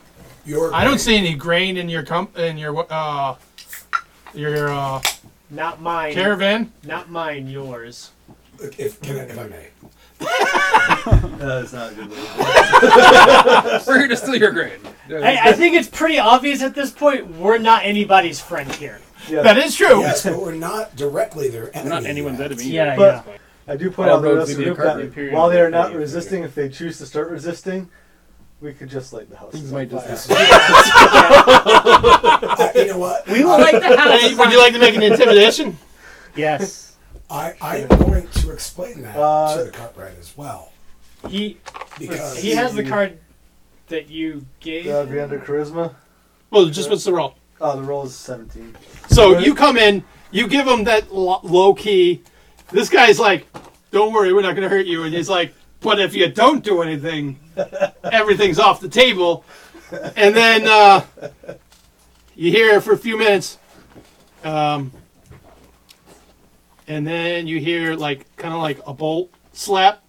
S8: Your
S4: I
S8: grain-
S4: don't see any grain in your comp in your uh your uh,
S5: Not mine.
S4: caravan.
S5: Not mine, yours.
S8: If, can I, if I may,
S2: No, it's not a good.
S11: We're here to steal your grain.
S5: I, I think it's pretty obvious at this point we're not anybody's friend here.
S2: Yeah,
S4: That is true.
S8: Yes, but we're not directly their enemy.
S7: Not anyone's
S8: yet.
S7: enemy.
S6: Yeah,
S7: either.
S2: But I do point
S11: All
S2: out the
S11: roads
S2: rest of the
S11: lead to
S2: group
S11: Cartwright.
S2: that
S7: Imperium
S2: while they are not
S7: Imperium.
S2: resisting, if they choose to start resisting, we could just light the house.
S11: Things
S2: on
S11: might
S2: fire.
S11: just-
S8: I- you know what?
S6: We will light the house.
S4: Hey, would you like to make an intimidation?
S5: Yes.
S8: I, I'm going to explain that
S2: Uh,
S8: to the Cartwright as well.
S5: He
S8: Because
S5: he has the card that you gave.
S2: That would be under charisma.
S4: Well, just what's the roll?
S2: Oh, the roll is 17.
S4: So you come in, you give him that lo- low key. This guy's like, "Don't worry, we're not going to hurt you." And he's like, "But if you don't do anything, everything's off the table." And then uh, you hear for a few minutes, um, and then you hear like kind of like a bolt slap,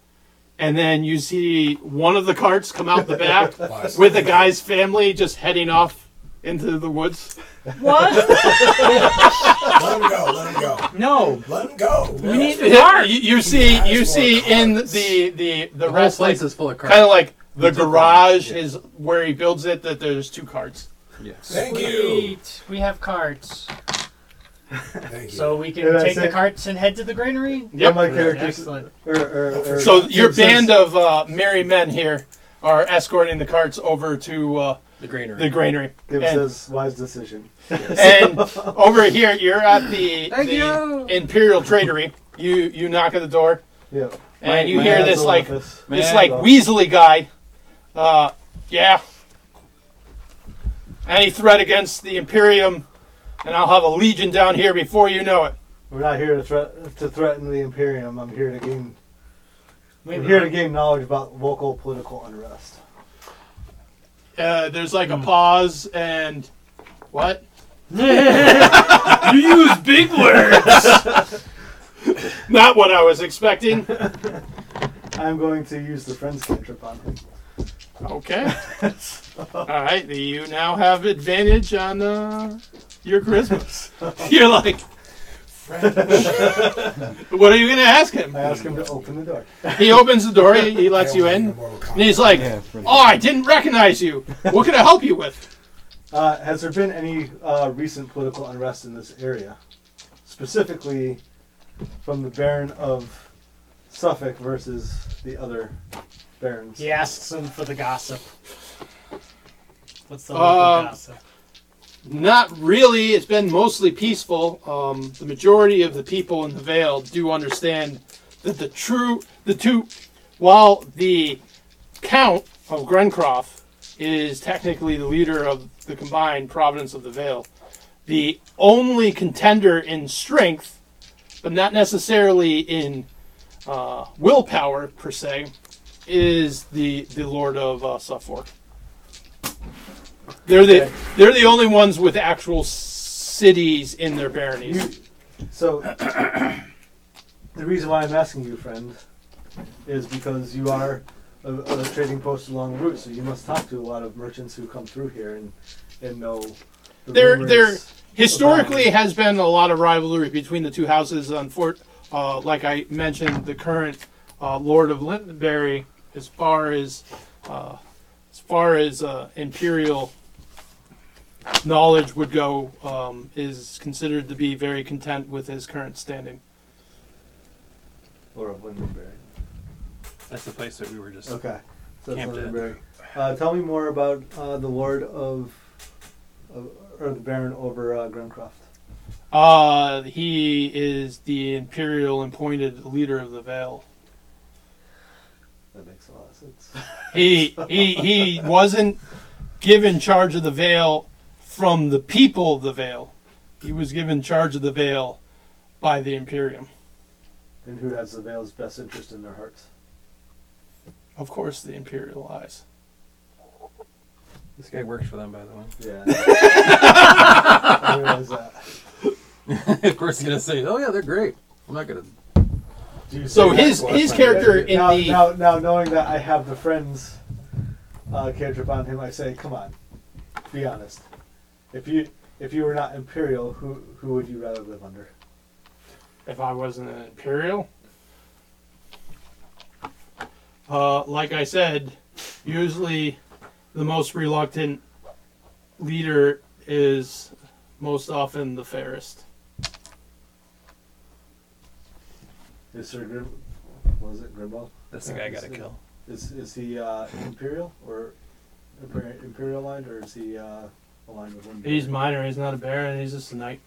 S4: and then you see one of the carts come out the back with the guy's family just heading off into the woods.
S6: what?
S8: Let him go. Let him go.
S6: No.
S8: Let him go.
S6: We need the
S4: Yeah,
S6: dark.
S4: you, you see,
S8: guys
S4: you
S8: want
S4: see
S8: cards.
S4: in the the the
S11: The whole
S4: rest like
S11: place is full of
S4: kind
S11: cards.
S4: of like the garage is where he builds it. That there's two cards.
S11: Yes.
S8: Thank you.
S5: We have carts,
S8: Thank you.
S5: so we can
S2: Yeah, that's
S5: take the
S2: it.
S5: carts and head to the granary.
S2: Yeah, my er,
S4: Yep.
S2: characters.
S5: Excellent.
S2: Or, or, or,
S4: So your
S2: Jim says-
S4: band of uh, merry men here are escorting the carts over to uh,
S11: The granary.
S4: the granary,
S2: Jim
S4: and,
S2: says, wise decision.
S4: and over here you're at the,
S11: Thank
S4: the
S11: you.
S4: imperial tradery. You you knock at the door
S2: Yeah.
S3: My-
S4: and you
S3: my
S4: hear
S3: hands
S4: this like
S2: This
S4: This
S3: Man,
S4: like
S2: though.
S4: Weasley guy. Uh, yeah. Any threat against the Imperium, and I'll have a legion down here before you know it.
S2: We're not here to, threat to threaten the Imperium. I'm here to gain.
S5: Wait,
S2: I'm here to gain knowledge about local political unrest.
S4: Uh, there's like
S6: Hmm.
S4: a pause and what?
S6: You use big words.
S4: Not what I was expecting.
S2: I'm going to use the friends cantrip on him.
S4: Okay. All right. You now have advantage on uh, your charisma. You're like, what are you gonna ask him?
S2: I ask him to open the door.
S4: He opens the door. He, he lets you in. And he's like, "Oh, I didn't recognize you. What can I help you with?"
S2: Uh, has there been any uh, recent political unrest in this area? Specifically from the Baron of Suffolk versus the other barons.
S5: He asks him for the gossip. What's the local
S4: Um,
S5: gossip?
S4: Not really. It's been mostly peaceful. Um, the majority of the people in the Vale do understand that the true, the two, while the Count of Grencroft is technically the leader of the combined province of the Vale, the only contender in strength, but not necessarily in uh, willpower per se, is the the Lord of uh, Suffolk. They're the they're the only ones with actual s- cities in their baronies.
S2: So, the reason why I'm asking you, friend, is because you are a, a trading post along the route, so you must talk to a lot of merchants who come through here and, and know the
S4: They're-
S2: rumors.
S4: they're- Historically, has been a lot of rivalry between the two houses. Unfor- uh, like I mentioned, the current uh, Lord of Lintonberry, as far as uh, as far as uh, imperial knowledge would go, um, is considered to be very content with his current standing.
S2: Or of Lindenberry.
S11: That's the place that we were just.
S2: Okay. So it's
S11: Camped at.
S2: Lindenberry. Uh, tell me more about uh, the Lord of, of or the Baron over uh, Grimcroft.
S4: Uh, he is the imperial appointed leader of the Vale.
S2: That makes a lot of sense.
S4: he he he wasn't given charge of the veil from the people of the veil. He was given charge of the veil by the Imperium.
S2: And who has the Vale's best interest in their hearts?
S4: Of course, the Imperial eyes.
S11: This guy works for them, by the way.
S2: Yeah. I realize that.
S11: of course, he's gonna say, "Oh yeah, they're great." I'm not gonna.
S2: Do you
S4: So
S2: say
S4: his
S2: that?
S4: his character in
S2: now,
S4: the
S2: now, now knowing that I have the friends uh, cantrip on him, I say, come on, be honest. If you if you were not imperial, who who would you rather live under?
S4: if I wasn't an Imperial. Uh, like I said, usually the most reluctant leader is most often the fairest.
S2: Is Sir Grim, was it Grimwell?
S11: That's the guy I gotta kill.
S2: Is is he uh, imperial or imper- imperial aligned, or is he uh, aligned with one?
S4: He's minor. He's not a baron. He's just a knight.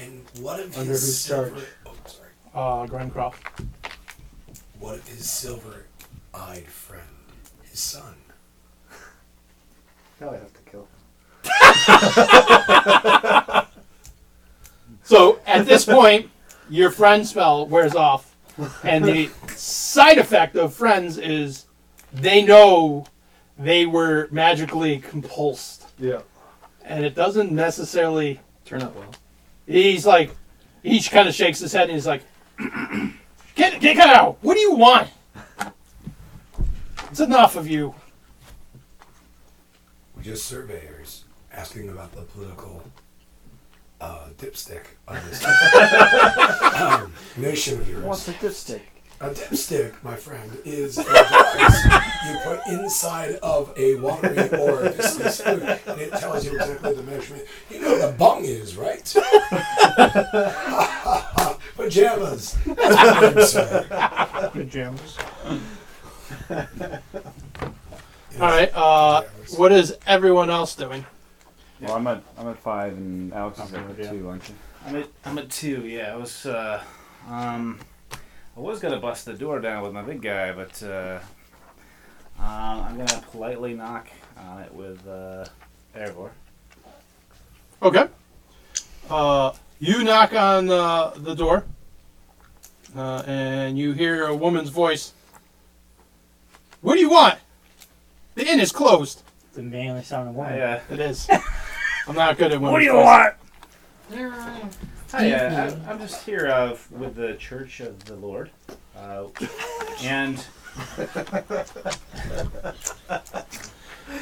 S8: And what if
S2: Under
S8: his
S2: whose
S8: silver?
S2: charge?
S8: Oh, sorry.
S4: Uh, Grimcroft.
S8: What if his silver-eyed friend, his son?
S2: Now I have to kill.
S4: So at this point, your friend spell wears off, and the side effect of friends is they know they were magically compulsed,
S2: Yeah.
S4: and it doesn't necessarily.
S11: Turn out well.
S4: He's like, he kind of shakes his head and he's like, "Get get out! What do you want? It's enough of you."
S8: We're just surveyors asking about the political uh, dipstick of this um, nation of yours.
S3: What's a dipstick?
S8: A dipstick, my friend, is a device you put inside of a watery or distant spoon, and it tells you exactly the measurement. You know what a bung is, right? Pajamas. That's what I'm saying.
S5: Pajamas.
S4: All right. Uh, what is everyone else doing?
S3: Well, I'm at I'm at five, and Alex is
S7: Okay,
S3: at
S7: yeah.
S3: two, aren't you?
S7: I'm at I'm at two. Yeah, I was uh, um, I was gonna bust the door down with my big guy, but uh, um, I'm gonna politely knock on it with uh, Erebor.
S4: Okay. Uh, you knock on uh, the door, uh, and you hear a woman's voice. What do you want? The inn is closed.
S6: The manly sound of
S7: I,
S6: woman.
S7: uh,
S4: It is. I'm not good at women's
S7: What do you
S4: voices.
S7: want? Hi, uh, I'm, I'm just here uh, with the Church of the Lord, uh, and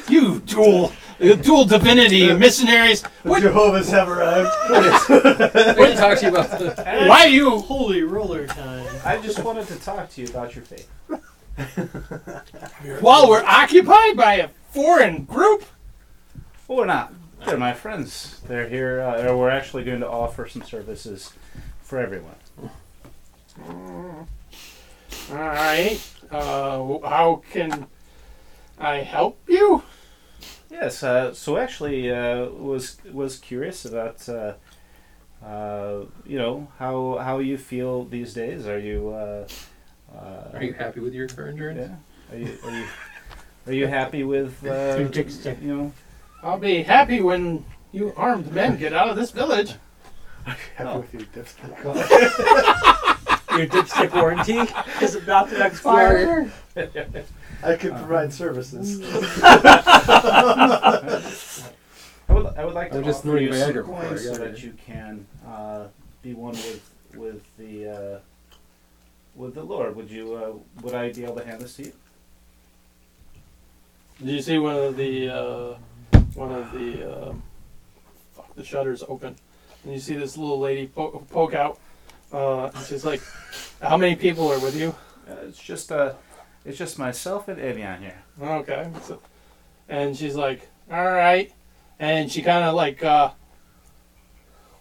S4: You dual, you dual divinity missionaries. What,
S2: Jehovah's have arrived.
S11: I didn't talk to you about the
S4: why are you?
S5: Holy roller time.
S7: I just wanted to talk to you about your faith.
S4: While we're occupied by a foreign group,
S7: Well, we're not. They're my friends. They're here. Uh, or we're actually going to offer some services for everyone.
S4: all right. Uh, how can I help you?
S7: Yes. Uh, so actually, uh, was was curious about uh, uh, you know how how you feel these days. Are you uh, uh,
S11: Are you happy with your current journey?
S7: Yeah. Are you are you, are you happy with uh, you know?
S4: I'll be happy when you armed men get out of this village.
S7: Oh.
S6: Your dipstick warranty is about to expire.
S2: I could provide services.
S7: I would, I would like to
S11: I'm just
S7: offer you
S11: doing
S7: some
S11: Viagra before I
S7: coins so
S11: got
S7: that
S11: here.
S7: you can uh, be one with with the uh, with the Lord. Would you? Uh, would I be able to hand this to you?
S4: Did you see one of the uh, one of the uh, fuck the shutters open, and you see this little lady po- poke out, uh, and she's like, "How many people are with you?"
S7: Uh, it's just uh, it's just myself and Avion here.
S4: Okay, so- and she's like, "All right," and she kind of like uh,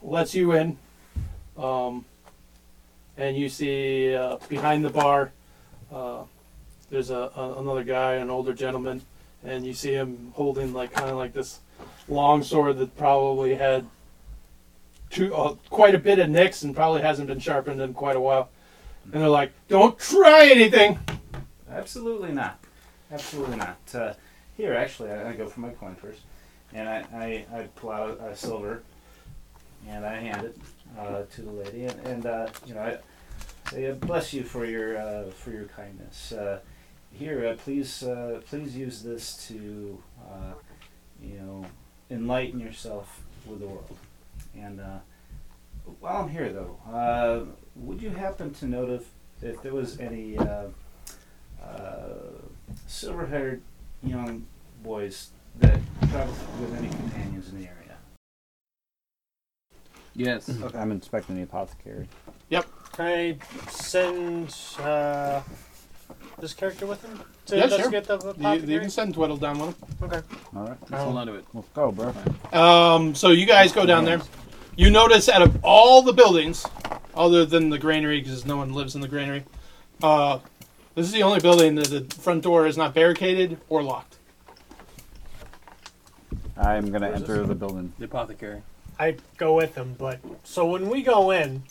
S4: lets you in, um, and you see uh, behind the bar, uh, there's a, a another guy, an older gentleman, and you see him holding like kind of like this long sword that probably had two uh, quite a bit of nicks and probably hasn't been sharpened in quite a while. And they're like, "Don't try anything."
S7: Absolutely not. Absolutely not. Uh, here, actually, I, I go for my coin first, and I, I, I pull out a silver, and I hand it uh, to the lady, and, and uh, you know, I say, uh, bless you for your uh, for your kindness. Uh, here, uh, please uh, please use this to uh, you know enlighten yourself with the world. And uh, while I'm here, though, uh, would you happen to notice if there was any? Uh, uh, silver-haired young boys that travel with any companions in the area.
S11: Yes.
S3: Okay, I'm inspecting the apothecary.
S5: Can I send uh, this character with him? To
S4: Yeah, sure.
S5: investigate the
S4: You,
S5: apothecary?
S4: you can send Twiddle down with him.
S5: Okay.
S7: All right.
S11: Let's hold on to it.
S7: Let's go, bro.
S4: Um, so you guys go down there. You notice out of all the buildings, other than the granary, because no one lives in the granary, uh, this is the only building that the front door is not barricaded or locked.
S7: I'm gonna enter the building.
S11: The apothecary.
S5: I go with him, but so when we go in,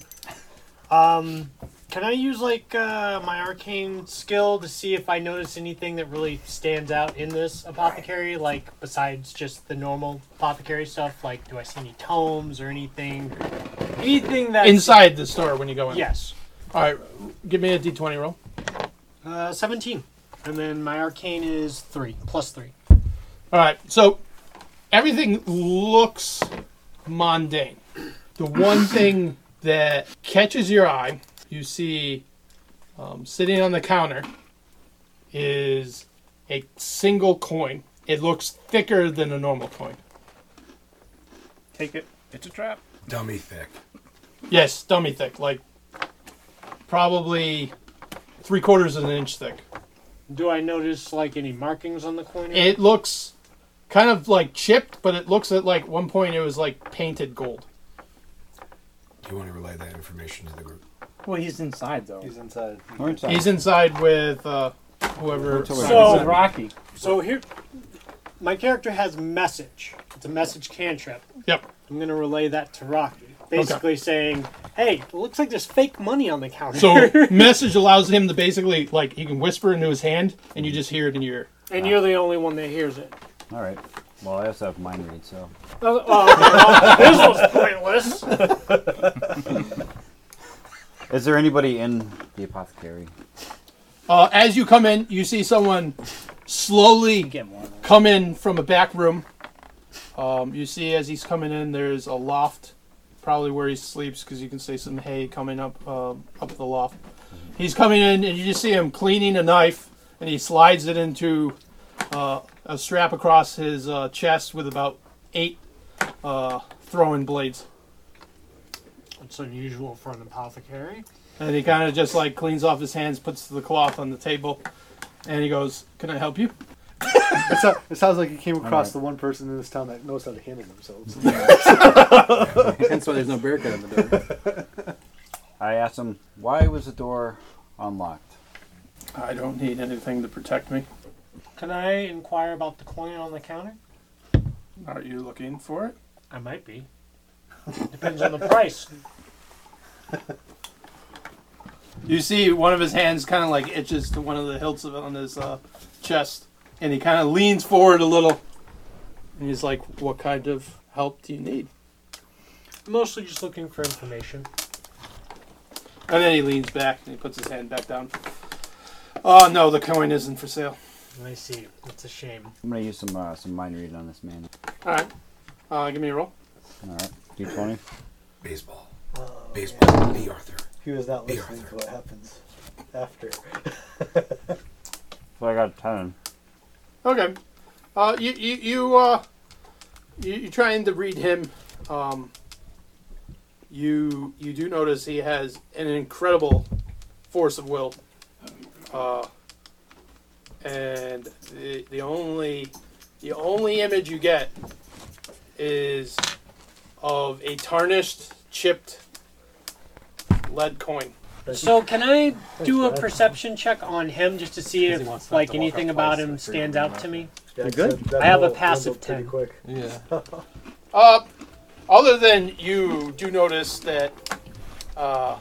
S5: um, can I use like uh, my arcane skill to see if I notice anything that really stands out in this apothecary? Like besides just the normal apothecary stuff, like do I see any tomes or anything? Anything that
S4: Inside the store when you go in.
S5: Yes,
S4: All right, give me a d20 roll.
S5: uh, seventeen, and then my arcane is three plus three.
S4: All right, so everything looks mundane. The one thing that catches your eye, you see um, sitting on the counter, is a single coin. It looks thicker than a normal coin.
S7: Take it. It's a trap.
S8: Dummy thick.
S4: Yes, dummy thick, like probably three quarters of an inch thick.
S5: Do I notice like any markings on the coin?
S4: It looks kind of like chipped, but it looks at like one point it was like painted gold.
S8: Do you want to relay that information to the group?
S3: Well, he's inside though.
S14: He's inside.
S7: We're inside.
S4: He's inside with uh, whoever.
S7: We're
S5: So-
S7: inside.
S3: Rocky.
S5: So here, my character has message. It's a message cantrip.
S4: Yep.
S5: I'm gonna relay that to Rocky, basically saying, "Hey, it looks like there's fake money on the counter."
S4: So message allows him to basically like he can whisper into his hand, and you just hear it in your. ear.
S5: and you're the only one that hears it.
S7: All right. Well, I also have mind read, so
S5: Oh, oh, okay, well, this was pointless.
S7: Is there anybody in the apothecary?
S4: Uh, as you come in, you see someone slowly
S3: Get more.
S4: come in from a back room. Um, you see as he's coming in, there's a loft, probably where he sleeps, because you can see some hay coming up um up the loft. He's coming in, and you just see him cleaning a knife, and he slides it into uh, a strap across his uh, chest with about eight uh, throwing blades.
S5: It's unusual for an apothecary.
S4: And he kind of just like cleans off his hands, puts the cloth on the table, and he goes, "Can I help you?"
S2: It, so- it sounds like you came across the one person in this town that knows how to handle themselves.
S11: Hence why there's no barricade on the door.
S7: I asked him why was the door unlocked.
S4: I don't need anything to protect me.
S5: Can I inquire about the coin on the counter?
S4: Are you looking for it?
S5: I might be. Depends on the price.
S4: You see, one of his hands kind of like itches to one of the hilts of it on his uh, chest, and he kind of leans forward a little, and he's like, "What kind of help do you need?"
S5: Mostly just looking for information.
S4: And then he leans back and he puts his hand back down. Oh no, the coin isn't for sale.
S5: I see. It's a shame.
S7: I'm gonna use some uh, some mind read on this man.
S4: All right, uh, give me a roll.
S7: All right. D20.
S8: Baseball. Baseball. B. Arthur.
S2: He was not
S8: Be
S2: listening to what happens after.
S7: So I got 10.
S4: Okay. Uh, you you you uh, you you trying to read him. Um, you you do notice he has an incredible force of will. Uh, and the the only the only image you get is of a tarnished, chipped lead coin.
S5: So can I do a perception check on him just to see
S6: Because he wants
S5: if
S6: not
S5: like
S6: to walk
S5: anything
S6: up
S5: about
S6: twice
S5: him
S6: and free
S5: stands
S6: him
S5: out
S6: up.
S5: to me?
S2: You're
S3: good?
S5: I have a passive 10.
S2: Pretty quick.
S3: Yeah.
S4: Uh, other than you do notice that uh,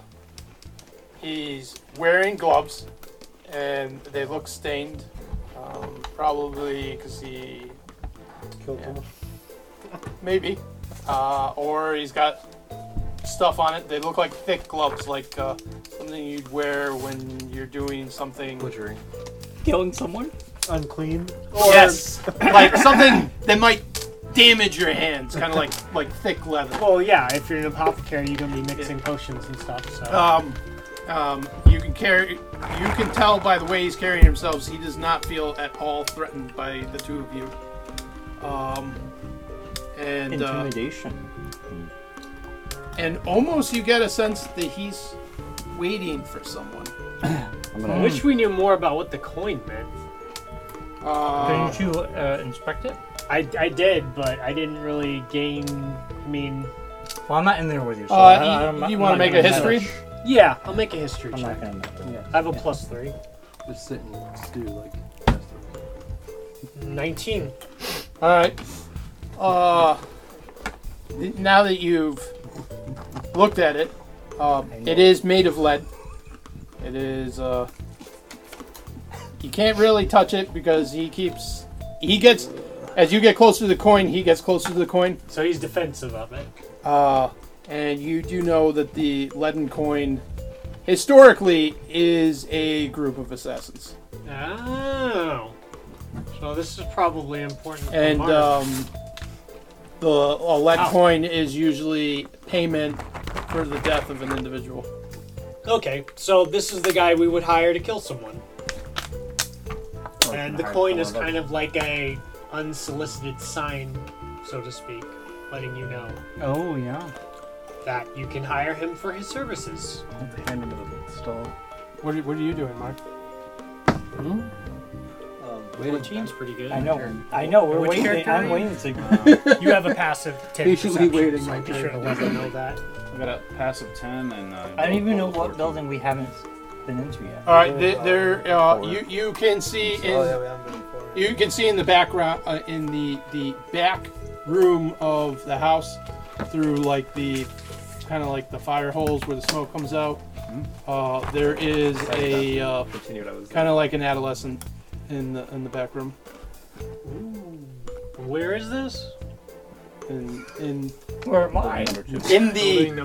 S4: he's wearing gloves and they look stained, um, probably because he
S2: Killed
S4: Yeah.
S2: him.
S4: maybe, uh, or he's got stuff on it. They look like thick gloves, like uh, something you'd wear when you're doing something,
S11: Butchery.
S6: Killing someone?
S2: Unclean.
S4: or
S5: Yes.
S4: like something that might damage your hands, kind of like like thick leather.
S5: Well, yeah, if you're an apothecary, you're gonna be mixing potions and stuff. So
S4: Um, um, you can carry. You can tell by the way he's carrying himself. He does not feel at all threatened by the two of you. Um, and uh,
S6: Intimidation.
S4: and almost you get a sense that he's
S15: waiting for someone.
S3: I'm
S5: I
S3: gonna.
S5: wish we knew more about what the coin meant.
S15: Uh,
S6: Didn't you uh, inspect it?
S5: I, I did, but I didn't really gain. I mean,
S6: Well, I'm not in there with you. So
S4: Uh,
S6: I,
S4: you-
S6: I'm not-
S4: you
S6: I'm
S4: wanna
S6: not
S4: make
S6: gonna
S4: a history?
S6: match.
S5: yeah, I'll make a history
S3: I'm not
S5: check.
S3: gonna. match it.
S5: I have a plus three.
S13: Just sit and stew like.
S5: 19.
S4: All right. Uh, now that you've looked at it, um, it is made of lead. It is. Uh, you can't really touch it because he keeps. He gets. As you get closer to the coin, he gets closer to the coin.
S5: So he's defensive of it.
S4: Uh, and you do know that the leaden coin, historically, is a group of assassins.
S5: Oh. So this is probably important. for
S4: and
S5: Mark.
S4: um, the a lead
S5: Ow.
S4: coin is usually payment for the death of an individual.
S5: okay, so this is the guy we would hire to kill someone.
S3: Or
S5: and
S3: can
S5: the
S3: hire
S5: coin is
S3: someone
S5: kind of like a unsolicited sign, so to speak, letting you know
S6: Oh yeah.
S5: that you can hire him for his services.
S13: Hand him to the stall.
S4: What are, what are you doing, Mark?
S5: Fourteen's pretty good.
S6: I know. I know. We're
S5: Which
S6: waiting.
S5: character
S6: I'm
S5: are you?
S6: waiting to.
S5: You have a passive ten.
S13: Patiently waiting
S5: so
S13: my
S5: be sure to let them know that.
S7: I got a passive ten and. Uh,
S6: I don't even know what
S7: 14.
S6: building we haven't been into yet.
S4: All right, th- there. Uh, you you can see in
S14: Oh yeah, we haven't been forward.
S4: you can see in the background uh, in the the back room of the house through like the kind of like the fire holes where the smoke comes out.
S11: Hmm.
S4: Uh, there is a uh,
S11: Continue what I was.
S4: kind of like an adolescent in the in the back room.
S5: Where is this?
S4: In in
S6: Where am I?
S7: Number two.
S4: in the in
S6: In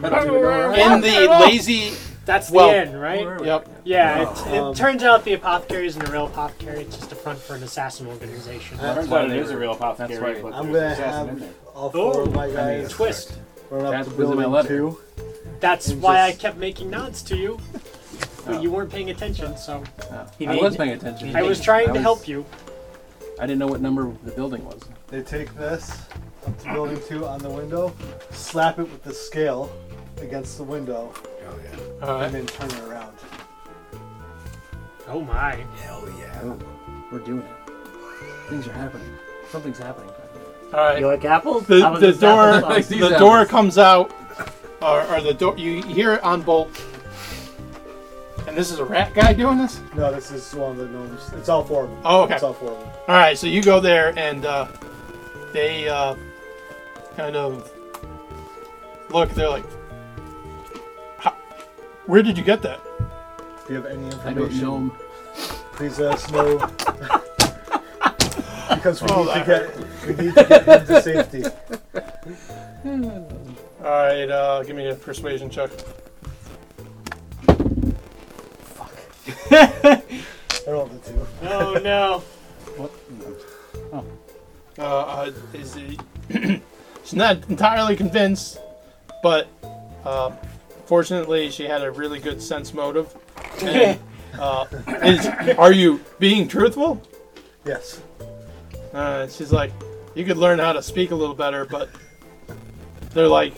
S4: the lazy
S5: That's
S4: Well-
S5: the end, right?
S4: Yep.
S5: Yeah. It, it
S14: Um,
S5: turns out the apothecary isn't a real apothecary; it's just a front for an assassin organization.
S7: Turns out it is a real apothecary.
S11: That's right.
S7: but
S14: I'm
S7: there's
S14: gonna
S7: assassin
S14: have
S7: in there.
S14: all four of my
S5: Oh,
S14: guys
S5: twist.
S14: run up
S11: That
S14: to
S11: was in my
S14: building
S11: letter.
S14: two.
S5: That's
S14: And
S5: why I
S14: just-
S5: kept making nods to you, but
S4: Oh.
S5: you weren't paying attention. So
S6: He
S11: I
S6: made-
S11: was paying attention.
S5: I was trying
S11: I
S5: to
S11: was-
S5: help you.
S11: I didn't know what number the building was.
S14: They take this up to building two on the window, slap it with the scale against the window,
S8: Oh yeah.
S14: and then turn it around.
S5: Oh my!
S8: Hell yeah.
S11: We're doing it. Things are happening. Something's happening.
S4: All right.
S6: You like apples?
S4: The,
S6: How was
S4: the
S6: this apple
S4: door
S6: sauce?
S11: These
S4: the
S11: apples.
S4: door comes out, or, or the door you hear it unbolt. And this is a rat guy doing this.
S14: No, this is one of the gnomes. It's all four of them.
S4: Oh, okay.
S14: It's all four of them.
S4: All right, so you go there and uh, they uh, kind of look. They're like, "How- "Where did you get that?"
S14: If you have any
S11: I don't
S14: information,
S11: know.
S14: please let us know. because we
S4: Oh,
S14: need to
S4: that
S14: get we need to get him to safety.
S4: All right, uh, give me a persuasion check.
S14: I rolled the two.
S5: Oh no!
S4: Uh, uh, is it, she's not entirely convinced, but uh, fortunately, she had a really good sense motive. And, uh, is, are you being truthful?
S14: Yes.
S4: Uh, she's like, you could learn how to speak a little better, but they're like,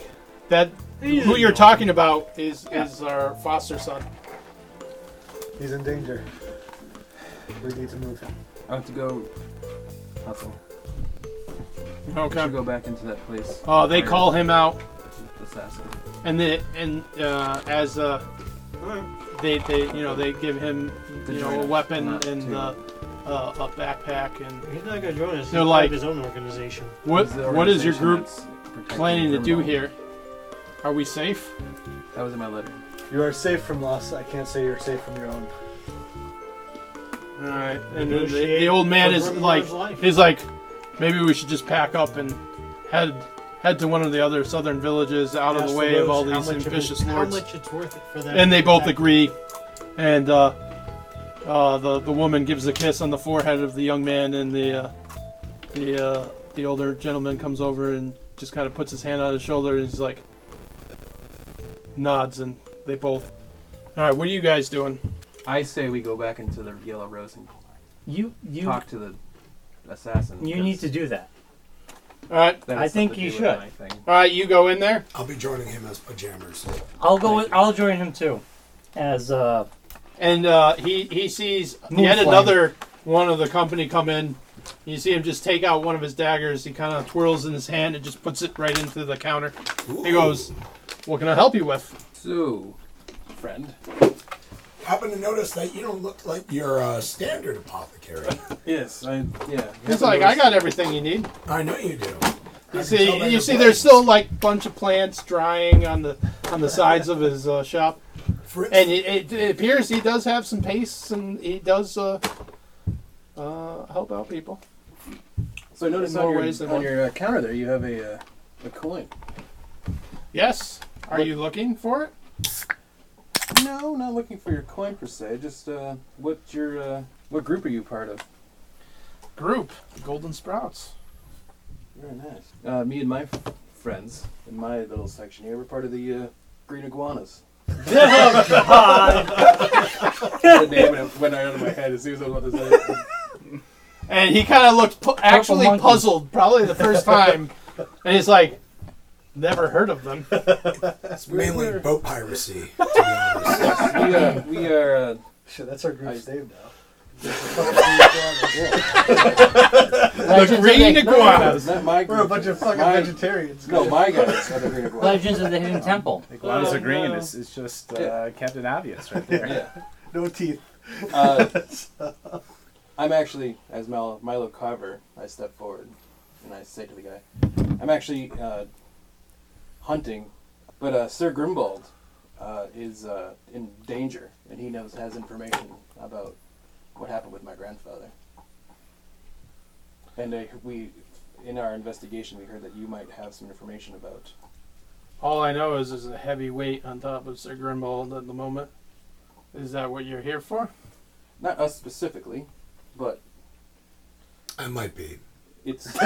S4: that who you're talking about is is our foster son.
S14: He's in danger. We need to move him.
S11: I have to go. Hustle. I
S4: Okay.
S11: should go back into that place.
S4: Oh, they call him out.
S11: Assassin.
S4: And the and uh, as uh, they they you know they give him
S11: The
S4: you know a
S11: joint
S4: weapon
S11: nut,
S4: and
S11: too.
S4: uh, uh, a backpack and
S5: He's not gonna join us.
S4: They're like-
S5: his own organization.
S4: what
S11: It's the
S4: what is your
S11: organization
S4: group
S11: that's protecting
S4: planning to do
S11: Grimlock.
S4: here? Are we safe?
S11: That was in my letter.
S14: You are safe from loss. I can't say you're safe from your own.
S4: All right. And the, the old man
S5: for
S4: is
S5: Grimlock's
S4: like
S5: life.
S4: he's like maybe we should just pack up and head head to one of the other southern villages out of
S5: Ask
S4: the way of
S5: roads
S4: all
S5: how
S4: these
S5: much of it-
S4: ambitious
S5: how
S4: lords.
S5: much it's worth it for them.
S4: and they
S5: to
S4: both
S5: protect-
S4: agree. And uh, uh, the the woman gives a kiss on the forehead of the young man, and the uh, the uh, the older gentleman comes over and just kind of puts his hand on his shoulder, and he's like nods, and they both. All right, what are you guys doing?
S11: I say we go back into the Yellow Rose and
S6: You you
S11: talk to the assassin.
S6: you need to do that.
S4: All right,
S11: That
S6: I
S11: has
S6: think
S11: something
S6: you
S11: to do with
S6: should.
S11: my thing.
S4: all right, you go in there.
S8: I'll be joining him as pajamas.
S6: I'll go. With, I'll join him too. as uh,
S4: and uh, he he sees
S6: Moon
S4: yet
S6: flame.
S4: another one of the company come in. You see him just take out one of his daggers. He kind of twirls in his hand and just puts it right into the counter. He goes, "What can I help you with?"
S11: So, friend.
S8: Happen to notice that you don't look like your uh, standard apothecary.
S11: Yes, I yeah.
S4: He's like, "I got everything you need."
S8: I know you do.
S4: You
S8: can
S4: see,
S8: tell by
S4: you
S8: your
S4: see, there's still like bunch of plants drying on the on the sides of his uh, shop, and it, it appears he does have some pastes and he does uh, uh, help out people.
S11: So I noticed
S4: In
S11: on
S4: more
S11: your,
S4: ways than
S11: on
S4: one.
S11: your uh, counter there you have a uh, a coin.
S4: Yes. Are you looking for it?
S11: No, not looking for your coin per se. Just uh, what your uh, what group are you part of?
S4: Group, Golden Sprouts.
S11: Very nice. Uh, me and my f- friends in my little section here were part of the uh, Green Iguanas.
S15: Oh, God.
S11: the name and it went right out of my head as soon as I was about to say it.
S4: And he kind of looked pu- actually
S11: monkey.
S4: puzzled, probably the first time, and he's like, "Never heard of them."
S8: It's mainly boat piracy.
S11: we are. We are uh,
S2: Shit, that's our group's name now.
S4: The green iguanas.
S11: Not my
S2: We're a bunch of fucking
S11: My-
S2: vegetarians.
S11: No, my guys are the Green Iguanas.
S6: Legends of the Hidden Temple.
S7: Iguanas
S2: Oh,
S7: are green.
S2: no.
S7: It's, it's just uh,
S11: Yeah.
S7: Captain Obvious right there.
S11: Yeah.
S2: No teeth.
S11: Uh, I'm actually, as Milo, Milo Carver, I step forward and I say to the guy, I'm actually uh, hunting, but uh, Sir Grimbald uh, is uh, in danger and he knows has information about what happened with my grandfather. And uh, we, in our investigation, we heard that you might have some information about.
S4: All I know is there's a heavy weight on top of Sir Grimbald at the moment. Is that what you're here for?
S11: Not us specifically, but
S8: I might be.
S11: it's. people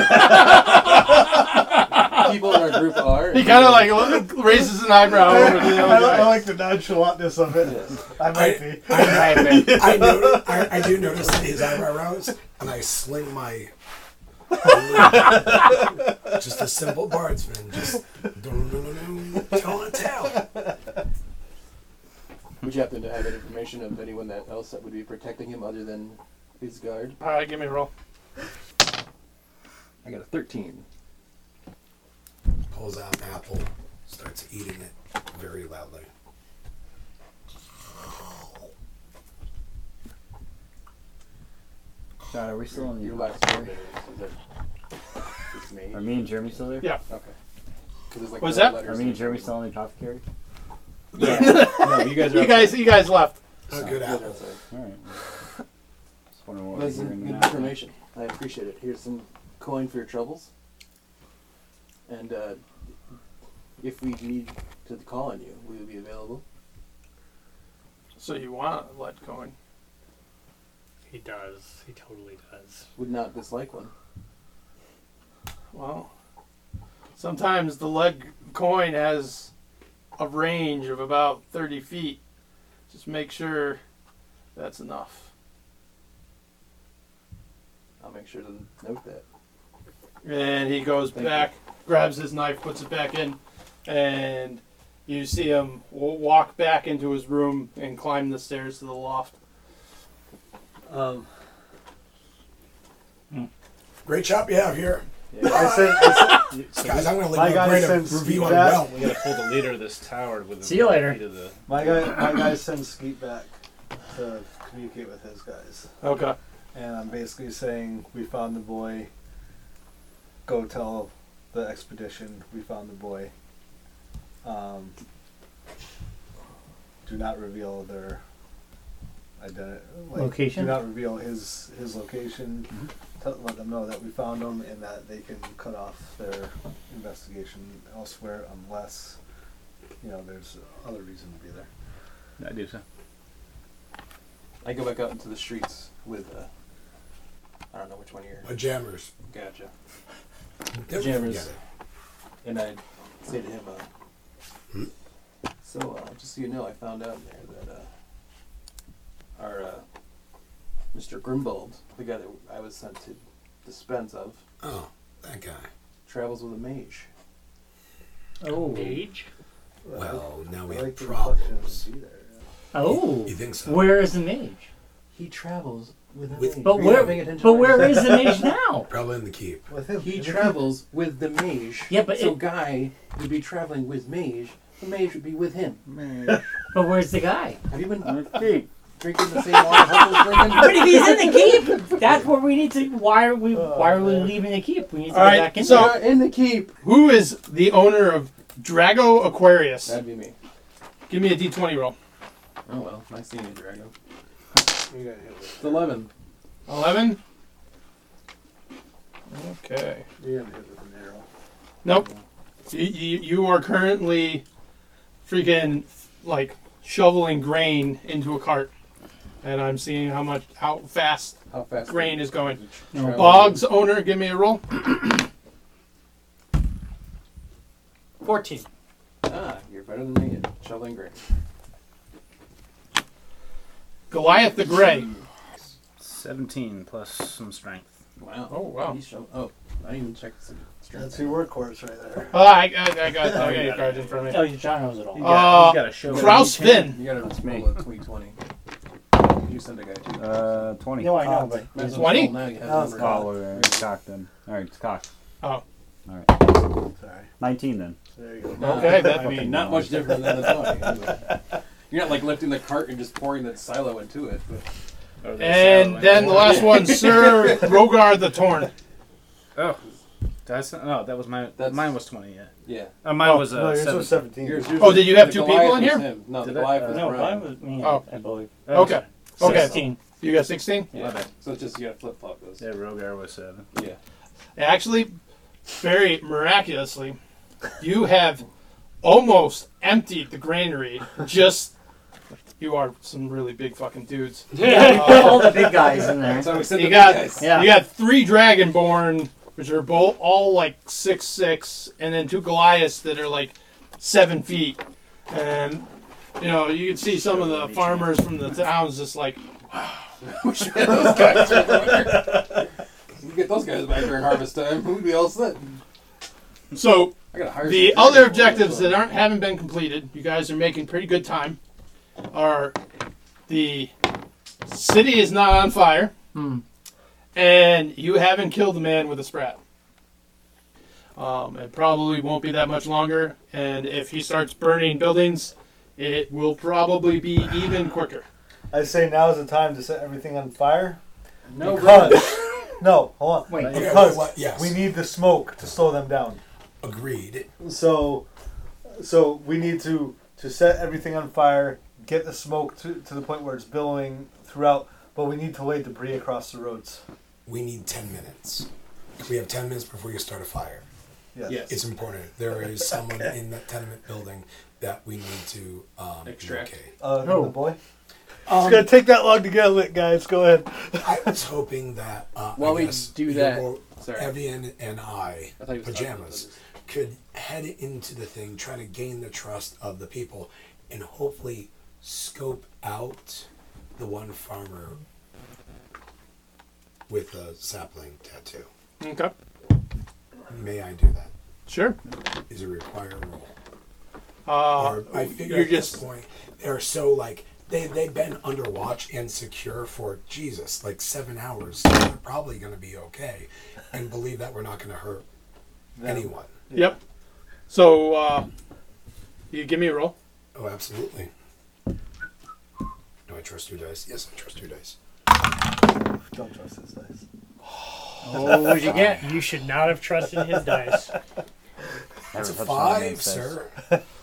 S11: in our group are.
S4: He kind of like raises an eyebrow over to the
S2: I,
S4: other
S2: li- I
S4: guy.
S2: like the nonchalantness of it. I might be.
S8: I, know, I, I do notice that his eyebrow rose, and I sling my. just a simple bardsman, just dun, dun, dun, dun, telling a tale.
S11: Would you happen to have any information of anyone that else that would be protecting him other than his guard?
S4: All right, give me a roll.
S11: I got a 13.
S8: Pulls out an apple, starts eating it very loudly.
S3: John, are we still in
S11: Your
S3: your
S11: last word is that it's me.
S3: Are me and Jeremy still there?
S4: Yeah.
S11: Okay. 'Cause there's like
S4: What's
S11: no
S4: that?
S11: letters
S3: Are me and
S11: in-
S3: Jeremy still in the apothecary?
S11: No, you guys are.
S4: You guys, you guys left.
S8: A good
S11: Good
S8: apple.
S11: outside.
S3: All right. Just wondering what
S11: That's
S3: we're
S11: some
S3: doing
S11: good
S3: now.
S11: information. I appreciate it. Here's some coin for your troubles. And uh, if we need to call on you, we will be available.
S4: So you want to let Cohen?
S6: He does. He totally does.
S11: Would not dislike one.
S4: Well, sometimes the lead coin has a range of about 30 feet. Just make sure that's enough.
S11: I'll make sure to note that.
S4: And he goes
S11: Thank
S4: back, grabs his knife, puts it back in, and you see him wa- walk back into his room and climb the stairs to the loft.
S2: Um,
S8: Great job you have here.
S2: I said, I
S8: Guys, I'm going to
S2: My
S8: leave you
S2: guy
S8: a great
S2: sends
S8: review on
S2: feedback.
S8: Well.
S7: We gotta pull the leader of this tower with.
S6: See you later.
S7: To the,
S2: said- my guy, my guy sends Skeet back to communicate with his guys,
S4: Okay.
S2: and I'm basically saying we found the boy. Go tell the expedition we found the boy. Um, do not reveal their identity.
S6: Location?
S2: Do not reveal his his location. Tell, let them know that we found him and that they can cut off their investigation elsewhere unless you know there's other reason to be there.
S7: I do so.
S11: I go back out into the streets with, uh, I don't know which one of your
S8: Pajamas.
S11: gotcha.
S8: Don't
S11: Pajamas.
S8: forget it.
S11: And I say to him, uh, so uh, just so you know, I found out there that uh, our uh, Mr. Grimbald, the guy that I was sent to dispense of,
S8: Oh, that guy.
S11: travels with a mage.
S6: Oh. Mage?
S8: Well, now we
S2: I
S8: have
S2: like the reflection of
S8: problems.
S2: be there. yeah.
S6: Oh,
S8: You think so?
S6: Where is the mage?
S11: He travels with a
S8: With-
S11: mage.
S8: But
S11: You're not
S8: where-
S11: paying attention
S8: but
S11: right
S8: where
S11: now.
S8: is the mage now? Probably in the keep.
S11: With him. He
S8: In the
S11: travels with the mage.
S6: Yeah, but
S11: so
S6: it-
S11: guy would be traveling with mage. The mage would be with him.
S6: But where's the guy?
S11: Have you been drinking the same water Huckle's drinking?
S6: but if he's in the keep, Oh, that's where we need to. Why are we? Why are we leaving the keep? We need to
S4: All
S6: go
S4: right,
S6: back in.
S4: so
S6: there.
S11: in the keep.
S4: Who is the owner of Drago Aquarius?
S11: That'd be me.
S4: Give me a d20 roll.
S11: Oh well, nice seeing you, Drago. It's eleven.
S4: Eleven. Okay.
S16: You're gonna hit with an arrow.
S4: Nope. You, you, you are currently freaking like shoveling grain into a cart, and I'm seeing how much how fast,
S11: how fast
S4: grain is going.
S11: No.
S4: Boggs owner, give me a roll.
S6: Fourteen.
S11: Ah, you're better than me at shoveling grain.
S4: Goliath the Gray.
S7: Seventeen plus some strength.
S11: Wow.
S4: Oh wow.
S11: He's shovel- oh, I didn't even check the strength.
S16: That's your workhorse right there.
S4: Oh, I, I, I got I got your cards in front of me.
S6: Oh, you John knows it all.
S4: Uh, Kraus Finn.
S11: You gotta just roll a twenty twenty. You send a guy too.
S1: Uh, 20.
S6: No, Oh, I know, but
S11: Might as well
S4: 20?
S11: roll Now you have
S16: Oh,
S11: the number.
S1: Oh, wait, wait, wait, it's cocked then. Alright, it's cocked.
S4: Oh.
S1: Alright.
S16: Sorry.
S1: 19 then.
S16: There you
S11: Uh,
S16: go.
S4: Oh, Okay, that-
S11: I mean, not much different than the twenty. anyway. You're not like lifting the cart and just pouring the silo into it. But
S7: Oh,
S4: And then the last one, Sir Rogar the Torn.
S7: Oh, that's no. That was my.
S11: That's-
S7: mine was twenty. Yeah.
S11: yeah.
S7: Uh, mine was
S16: No,
S7: uh,
S16: yours
S7: seven.
S16: was 17.
S11: Yours- yours
S4: Oh,
S11: was-
S4: did you have
S11: the
S4: two people in
S11: Goliath
S4: here?
S11: was him. No, the
S7: Did I-
S11: Goliath was
S6: No, I
S11: Brian.
S6: was me.
S4: Oh.
S6: I believe.
S4: Okay. Okay.
S6: Sixteen.
S4: You got 16?
S7: My bad.
S11: So it's just you gotta flip flop those.
S7: Yeah, Rogar was seven.
S11: Yeah.
S4: Actually, very miraculously, you have almost emptied the granary. Just, you are some really big fucking dudes.
S6: all the big guys in there.
S11: So we send
S4: You
S11: the
S4: got-
S11: big guys.
S6: Yeah.
S4: You got three Dragonborn, which are both all like six six, and then two Goliaths that are like seven feet. And you know, you can see some of the farmers from the towns just like,
S11: We should get those guys back. We get those guys back during harvest time. We'd be all set.
S4: so
S11: I gotta hire.
S4: The
S11: some
S4: other
S11: people.
S4: objectives that aren't haven't been completed, you guys are making pretty good time, are the city is not on fire, and you haven't killed the man with a sprat. Um, it probably won't be that much longer, and if he starts burning buildings, it will probably be even quicker.
S2: I say now is the time to set everything on fire.
S11: No,
S2: because, no, hold on.
S6: Wait.
S8: Yeah,
S2: Because
S8: what- yes.
S2: we need the smoke to slow them down.
S8: Agreed.
S2: So, so we need to to set everything on fire, get the smoke to, to the point where it's billowing throughout. But we need to lay debris across the roads.
S8: We need 10 minutes. We have 10 minutes before you start a fire.
S2: Yes.
S11: Yes.
S8: It's important. There is someone in that tenement building that we need to um,
S11: Extract.
S8: locate.
S2: Uh,
S4: Oh.
S2: the boy.
S6: Um,
S2: it's gonna take that long to get lit, guys. Go ahead.
S8: I was hoping that uh,
S11: While
S8: I
S11: we
S8: guess
S11: do
S8: you
S11: that-
S8: were-
S11: Sorry.
S8: Evian and I,
S11: I thought he was talking about
S8: pajamas,
S11: this.
S8: could head into the thing, try to gain the trust of the people, and hopefully scope out the one farmer with a sapling tattoo.
S4: Okay,
S8: May I do that?
S4: sure.
S8: Is a required role.
S4: Uh,
S8: Or I figure
S4: you're
S8: at this
S4: just-
S8: point they're so like they they've been under watch and secure for Jesus like seven hours. So they're probably going to be okay, and believe that we're not going to hurt anyone.
S4: yep. So, uh, you give me a roll.
S8: Oh, absolutely. Do I trust two dice? Yes, I trust two dice.
S16: Don't trust his dice.
S5: What would you get? You should not have trusted his dice.
S8: That's a
S1: Never touched on the
S8: five,
S1: man's face.
S8: sir.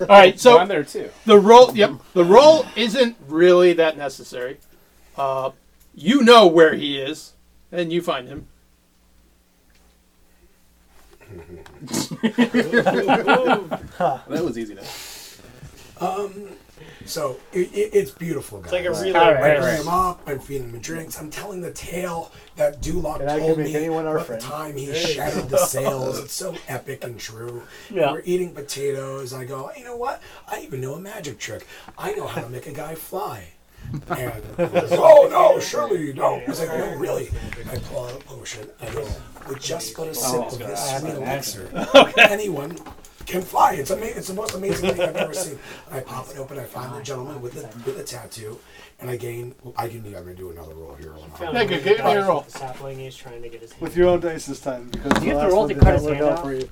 S4: All right, so
S7: I'm there too.
S4: The roll, yep. The roll isn't really that necessary. Uh, you know where he is, and you find him.
S11: That was easy to.
S8: So it, it, it's beautiful, guys.
S5: Like a relay.
S6: All
S8: I
S6: right.
S8: bring him up. I'm feeding him drinks. I'm telling the tale that Duloc
S16: And I can
S8: told
S16: make
S8: me
S16: anyone our
S8: what
S16: friend.
S8: time he shattered the sails. It's so epic and true.
S6: Yeah.
S8: We're eating potatoes. I go, you know what? I even know a magic trick. I know how to make a guy fly. And oh no, surely you don't. I was like, no, really. I pull out a potion. I go, with just but a sip of this sweet elixir, anyone can fly. It's amazing. It's the most amazing thing I've ever seen. And I pop it open. I find the gentleman with the with the tattoo, and I gain. I can. You to do another roll here. Hold on.
S5: The sapling he's trying to get his hand.
S2: With your own dice this time, because
S5: Do you
S2: the
S5: have to
S2: last
S5: roll
S2: one
S5: to
S2: did
S5: cut
S2: not
S5: his
S2: work
S5: hand
S2: out
S5: off?
S2: for you.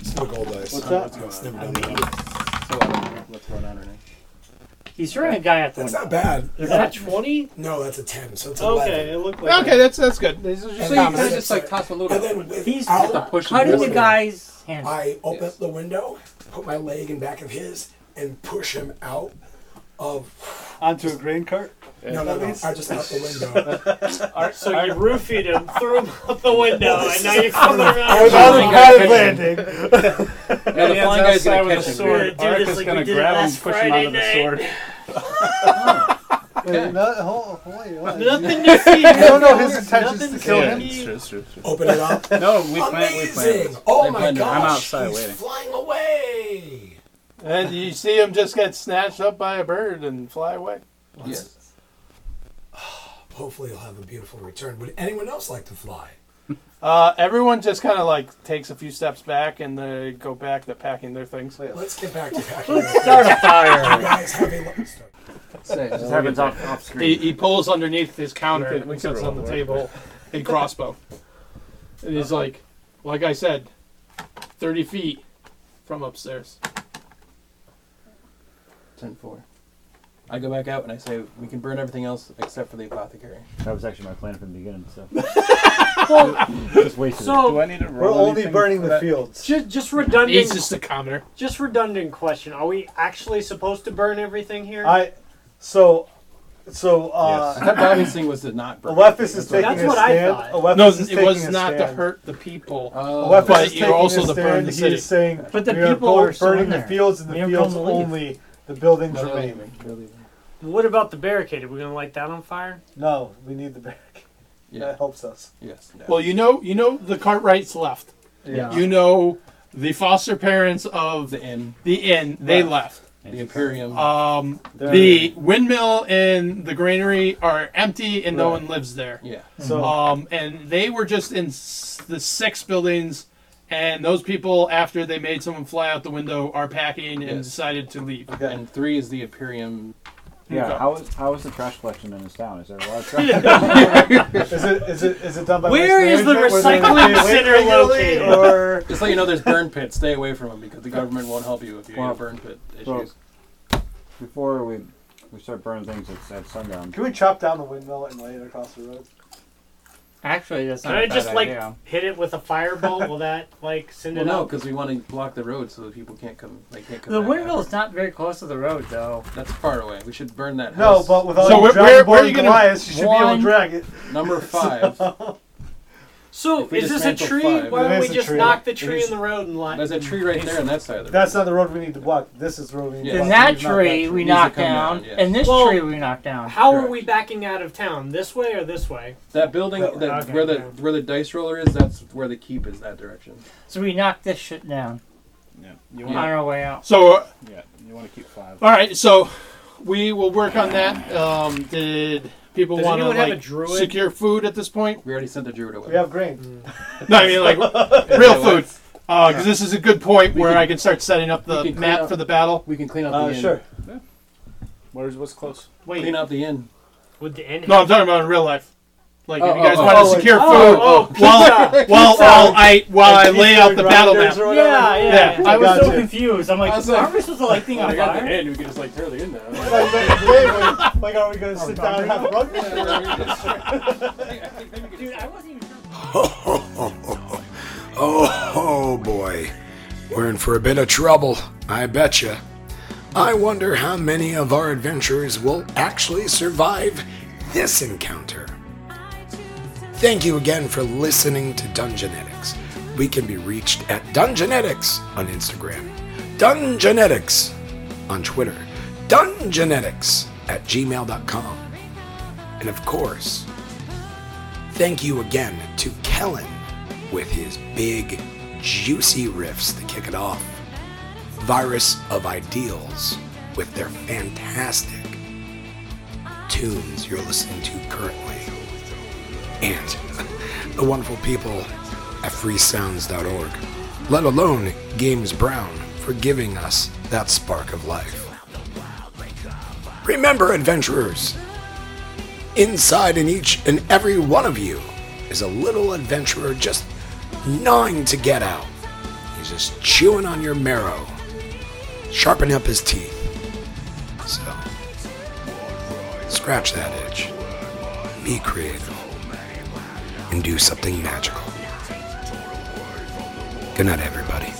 S8: It's the gold dice.
S2: What's
S8: Uh,
S2: that?
S8: it's- it's never done that.
S11: So uh, what's going on right now?
S6: He's throwing a guy at the
S8: That's
S6: window.
S8: not bad.
S6: Is that 20?
S8: No, that's a 10, so it's
S5: Okay,
S8: 11.
S5: it looked like that.
S4: that's good. These are
S8: And
S4: just
S8: then-
S4: comments.
S8: and
S11: Just like toss a little
S8: then
S11: bit.
S8: with-
S6: He's
S8: out-
S6: cu- cutting the guy's hand.
S8: I open up the window, put my leg in back of his, and push him out of.
S2: Onto a grain cart?
S8: No, no, no. I just out the window.
S5: Alright, so you roofied him, threw him out the window, and now you're coming
S2: I was on the
S5: around.
S2: guided landing.
S11: Yeah, the flying guy's gonna catch him.
S5: sword. Do
S7: Ark
S5: this
S7: is
S5: like we
S7: gonna
S5: did
S7: grab him
S5: last
S7: and push him
S5: Friday
S7: onto
S5: night.
S7: the sword.
S2: Wait, no, hold, hold, on.
S5: Nothing to see.
S2: I don't know his
S5: Nothing
S2: intentions to kill him.
S5: see.
S8: Open it up.
S7: No, we plan. We
S8: Amazing!
S7: plan.
S8: Oh
S7: They
S8: my
S7: planned it.
S8: gosh!
S7: I'm outside
S8: He's
S7: waiting.
S8: flying away.
S4: And you see him just get snatched up by a bird and fly away.
S11: Yes.
S8: Hopefully, he'll have a beautiful return. Would anyone else like to fly?
S4: Uh, everyone just kind of like takes a few steps back and they go back to packing their things.
S8: Let's get back to packing. Let's
S6: Start a fire.
S8: Guys, have a lo- start.
S11: Say,
S3: This happens off, off
S4: He,
S3: screen.
S4: he pulls underneath his counter
S7: We could- we
S4: and
S7: could
S4: sits
S7: roll
S4: on the
S7: it.
S4: table a crossbow. And he's like, like I said, 30 feet from upstairs.
S11: Ten four. I go back out and I say we can burn everything else except for the apothecary.
S3: That was actually my plan from the beginning. So. just wasted. it.
S7: Do I need to roll?
S2: We're only
S7: anything
S2: burning
S7: for
S2: the
S7: that?
S2: fields.
S5: Just, just
S4: He's
S5: redundant.
S4: just a commoner.
S5: Just redundant question. Are we actually supposed to burn everything here?
S2: I, so, so,
S11: Yes. I
S2: uh,
S11: thought Bobby's thing was to not burn.
S2: Alephis is taking
S5: That's
S2: a
S5: what I
S2: stand.
S5: thought.
S2: Alephis
S4: No,
S2: is
S4: it was
S2: taking a
S4: not to
S2: stand.
S4: hurt the people.
S11: Oh,
S2: Alephis
S4: But
S2: is
S4: you're
S2: taking a
S4: also the burn
S2: stand.
S4: the
S2: He
S4: city.
S2: is saying,
S6: But the
S2: we are
S6: people
S2: both
S6: are still in
S2: burning the
S6: there.
S2: fields and
S6: They
S2: the
S6: don't
S2: fields
S6: come to leave.
S2: only. The buildings
S11: no, they're
S2: remain.
S11: leaving. They're leaving.
S5: What about the barricade? Are we gonna light that on fire?
S2: No, we need the barricade.
S11: Yeah.
S2: That helps us.
S11: Yes. No.
S4: Well, you know, you know the Cartwrights left.
S11: Yeah.
S4: You know the foster parents of
S11: the inn,
S4: Uh-huh. the inn, they left.
S11: the Imperium.
S2: Uh,
S4: Um,
S2: They're-
S4: the windmill and the granary are empty and no
S2: Right.
S4: one lives there.
S11: yeah.
S2: So,
S4: Um, and they were just in s- the six buildings, and those people, after they made someone fly out the window, are packing and
S11: Yes.
S4: decided to leave.
S2: okay.
S11: And three is the Imperium.
S3: yeah. How is how is the trash collection in this town? Is there a lot of trash?
S2: Is it is it is it done by
S5: Where
S2: waste
S5: is the
S2: management? Where they-
S5: recycling
S2: they wait
S5: center
S2: regularly,
S5: located?
S2: Or
S11: Just let you know, there's burn pits. Stay away from them because the government won't help you if you
S3: Well,
S11: have burn pit issues.
S3: so- Before we we start burning things at, at sundown.
S2: can we chop down the windmill and lay it across the road?
S3: Actually, that's
S5: Can I just like hit it with a fireball? Will that like send
S11: well,
S5: it
S11: no,
S5: out?
S11: because we want to block the road so that people can't come. They can't come.
S6: The
S11: back
S6: windmill
S11: after.
S6: is not very close to the road, though.
S11: That's far away. We should burn that.
S2: No,
S11: house.
S2: but with all
S4: So
S2: so
S4: where-
S2: your
S4: where-
S2: Dragon
S4: where are
S2: Ball
S4: you
S2: and
S4: gonna-
S2: Goliaths, you should be able
S6: One-
S2: to drag it.
S11: number five.
S5: So
S11: we
S5: is
S11: just
S5: this a
S11: mantle
S5: tree?
S11: five-
S5: Why
S2: It
S5: don't we
S2: is a
S5: just
S2: tree.
S5: knock the
S2: It
S5: tree
S2: is-
S5: in the road and light?
S11: There's a tree right there on that side of the road.
S2: That's not the road we need to block. This is the road we need
S11: Yeah.
S2: to
S6: Then
S2: block.
S6: that
S2: We've knocked
S6: tree we
S11: Needs to
S6: knocked
S11: come down,
S6: down,
S11: yeah.
S6: and this
S5: Well-
S6: tree we knocked down.
S5: How are
S11: Correct.
S5: we backing out of town? This way or this way?
S11: That building,
S2: That-
S11: that,
S5: okay,
S11: where the
S5: yeah.
S11: where the dice roller is, that's where the keep is. That direction.
S6: So we knocked this shit down
S7: Yeah. You
S6: on
S7: want?
S6: our way out.
S4: So, uh,
S7: Yeah. You want to keep five.
S4: all right, so we will work on that. Um, did people
S5: Does
S4: want to
S5: anyone have a
S4: like
S5: druid?
S4: secure food at this point?
S11: We already sent the druid away.
S2: We have grain.
S4: Mm-hmm. No, I mean like real food. Because this is a good point where
S11: can-
S4: I can start setting up
S11: we
S4: the
S11: can clean
S4: map
S11: up-
S4: for the battle.
S11: We can clean up the
S2: Uh,
S11: inn.
S2: sure.
S7: Where's what's close?
S5: Wait,
S11: Clean up the inn.
S5: would the end?
S4: No, I'm talking about in real life. Like, if
S11: Oh,
S4: you guys
S11: oh,
S4: want
S2: oh,
S4: to
S2: like-
S4: secure
S5: oh,
S4: food
S5: oh,
S4: while, while, while I while I
S2: Like
S4: lay out the
S2: Eastern
S4: battle
S2: Rounders
S4: map.
S2: or whatever.
S6: Yeah, yeah.
S4: Yeah,
S6: I was so
S2: gotcha.
S6: confused. I'm like,
S11: I was like-
S6: aren't we supposed to light thing on
S11: I got the
S6: fire?
S11: inn. We can just like tear the inn down.
S2: Like, like, like, like, are we going to
S4: Oh,
S2: sit down and have rugby?
S6: Dude, I wasn't even sure.
S1: Oh, oh boy. We're in for a bit of trouble, I betcha. I wonder how many of our adventurers will actually survive this encounter. Thank you again for listening to Dungeonetics. We can be reached at Dungeonetics on Instagram, Dungeonetics on Twitter, Dungeonetics at gmail.com. And of course, Thank you again to Kellen with his big, juicy riffs to kick it off. Virus of Ideals with their fantastic tunes you're listening to currently. And the wonderful people at freesounds.org, let alone Games Brown, for giving us that spark of life. Remember, adventurers, inside in each and every one of you is a little adventurer just gnawing to get out. He's just chewing on your marrow, sharpening up his teeth. So, scratch that itch. Be creative and do something magical. Good night, everybody.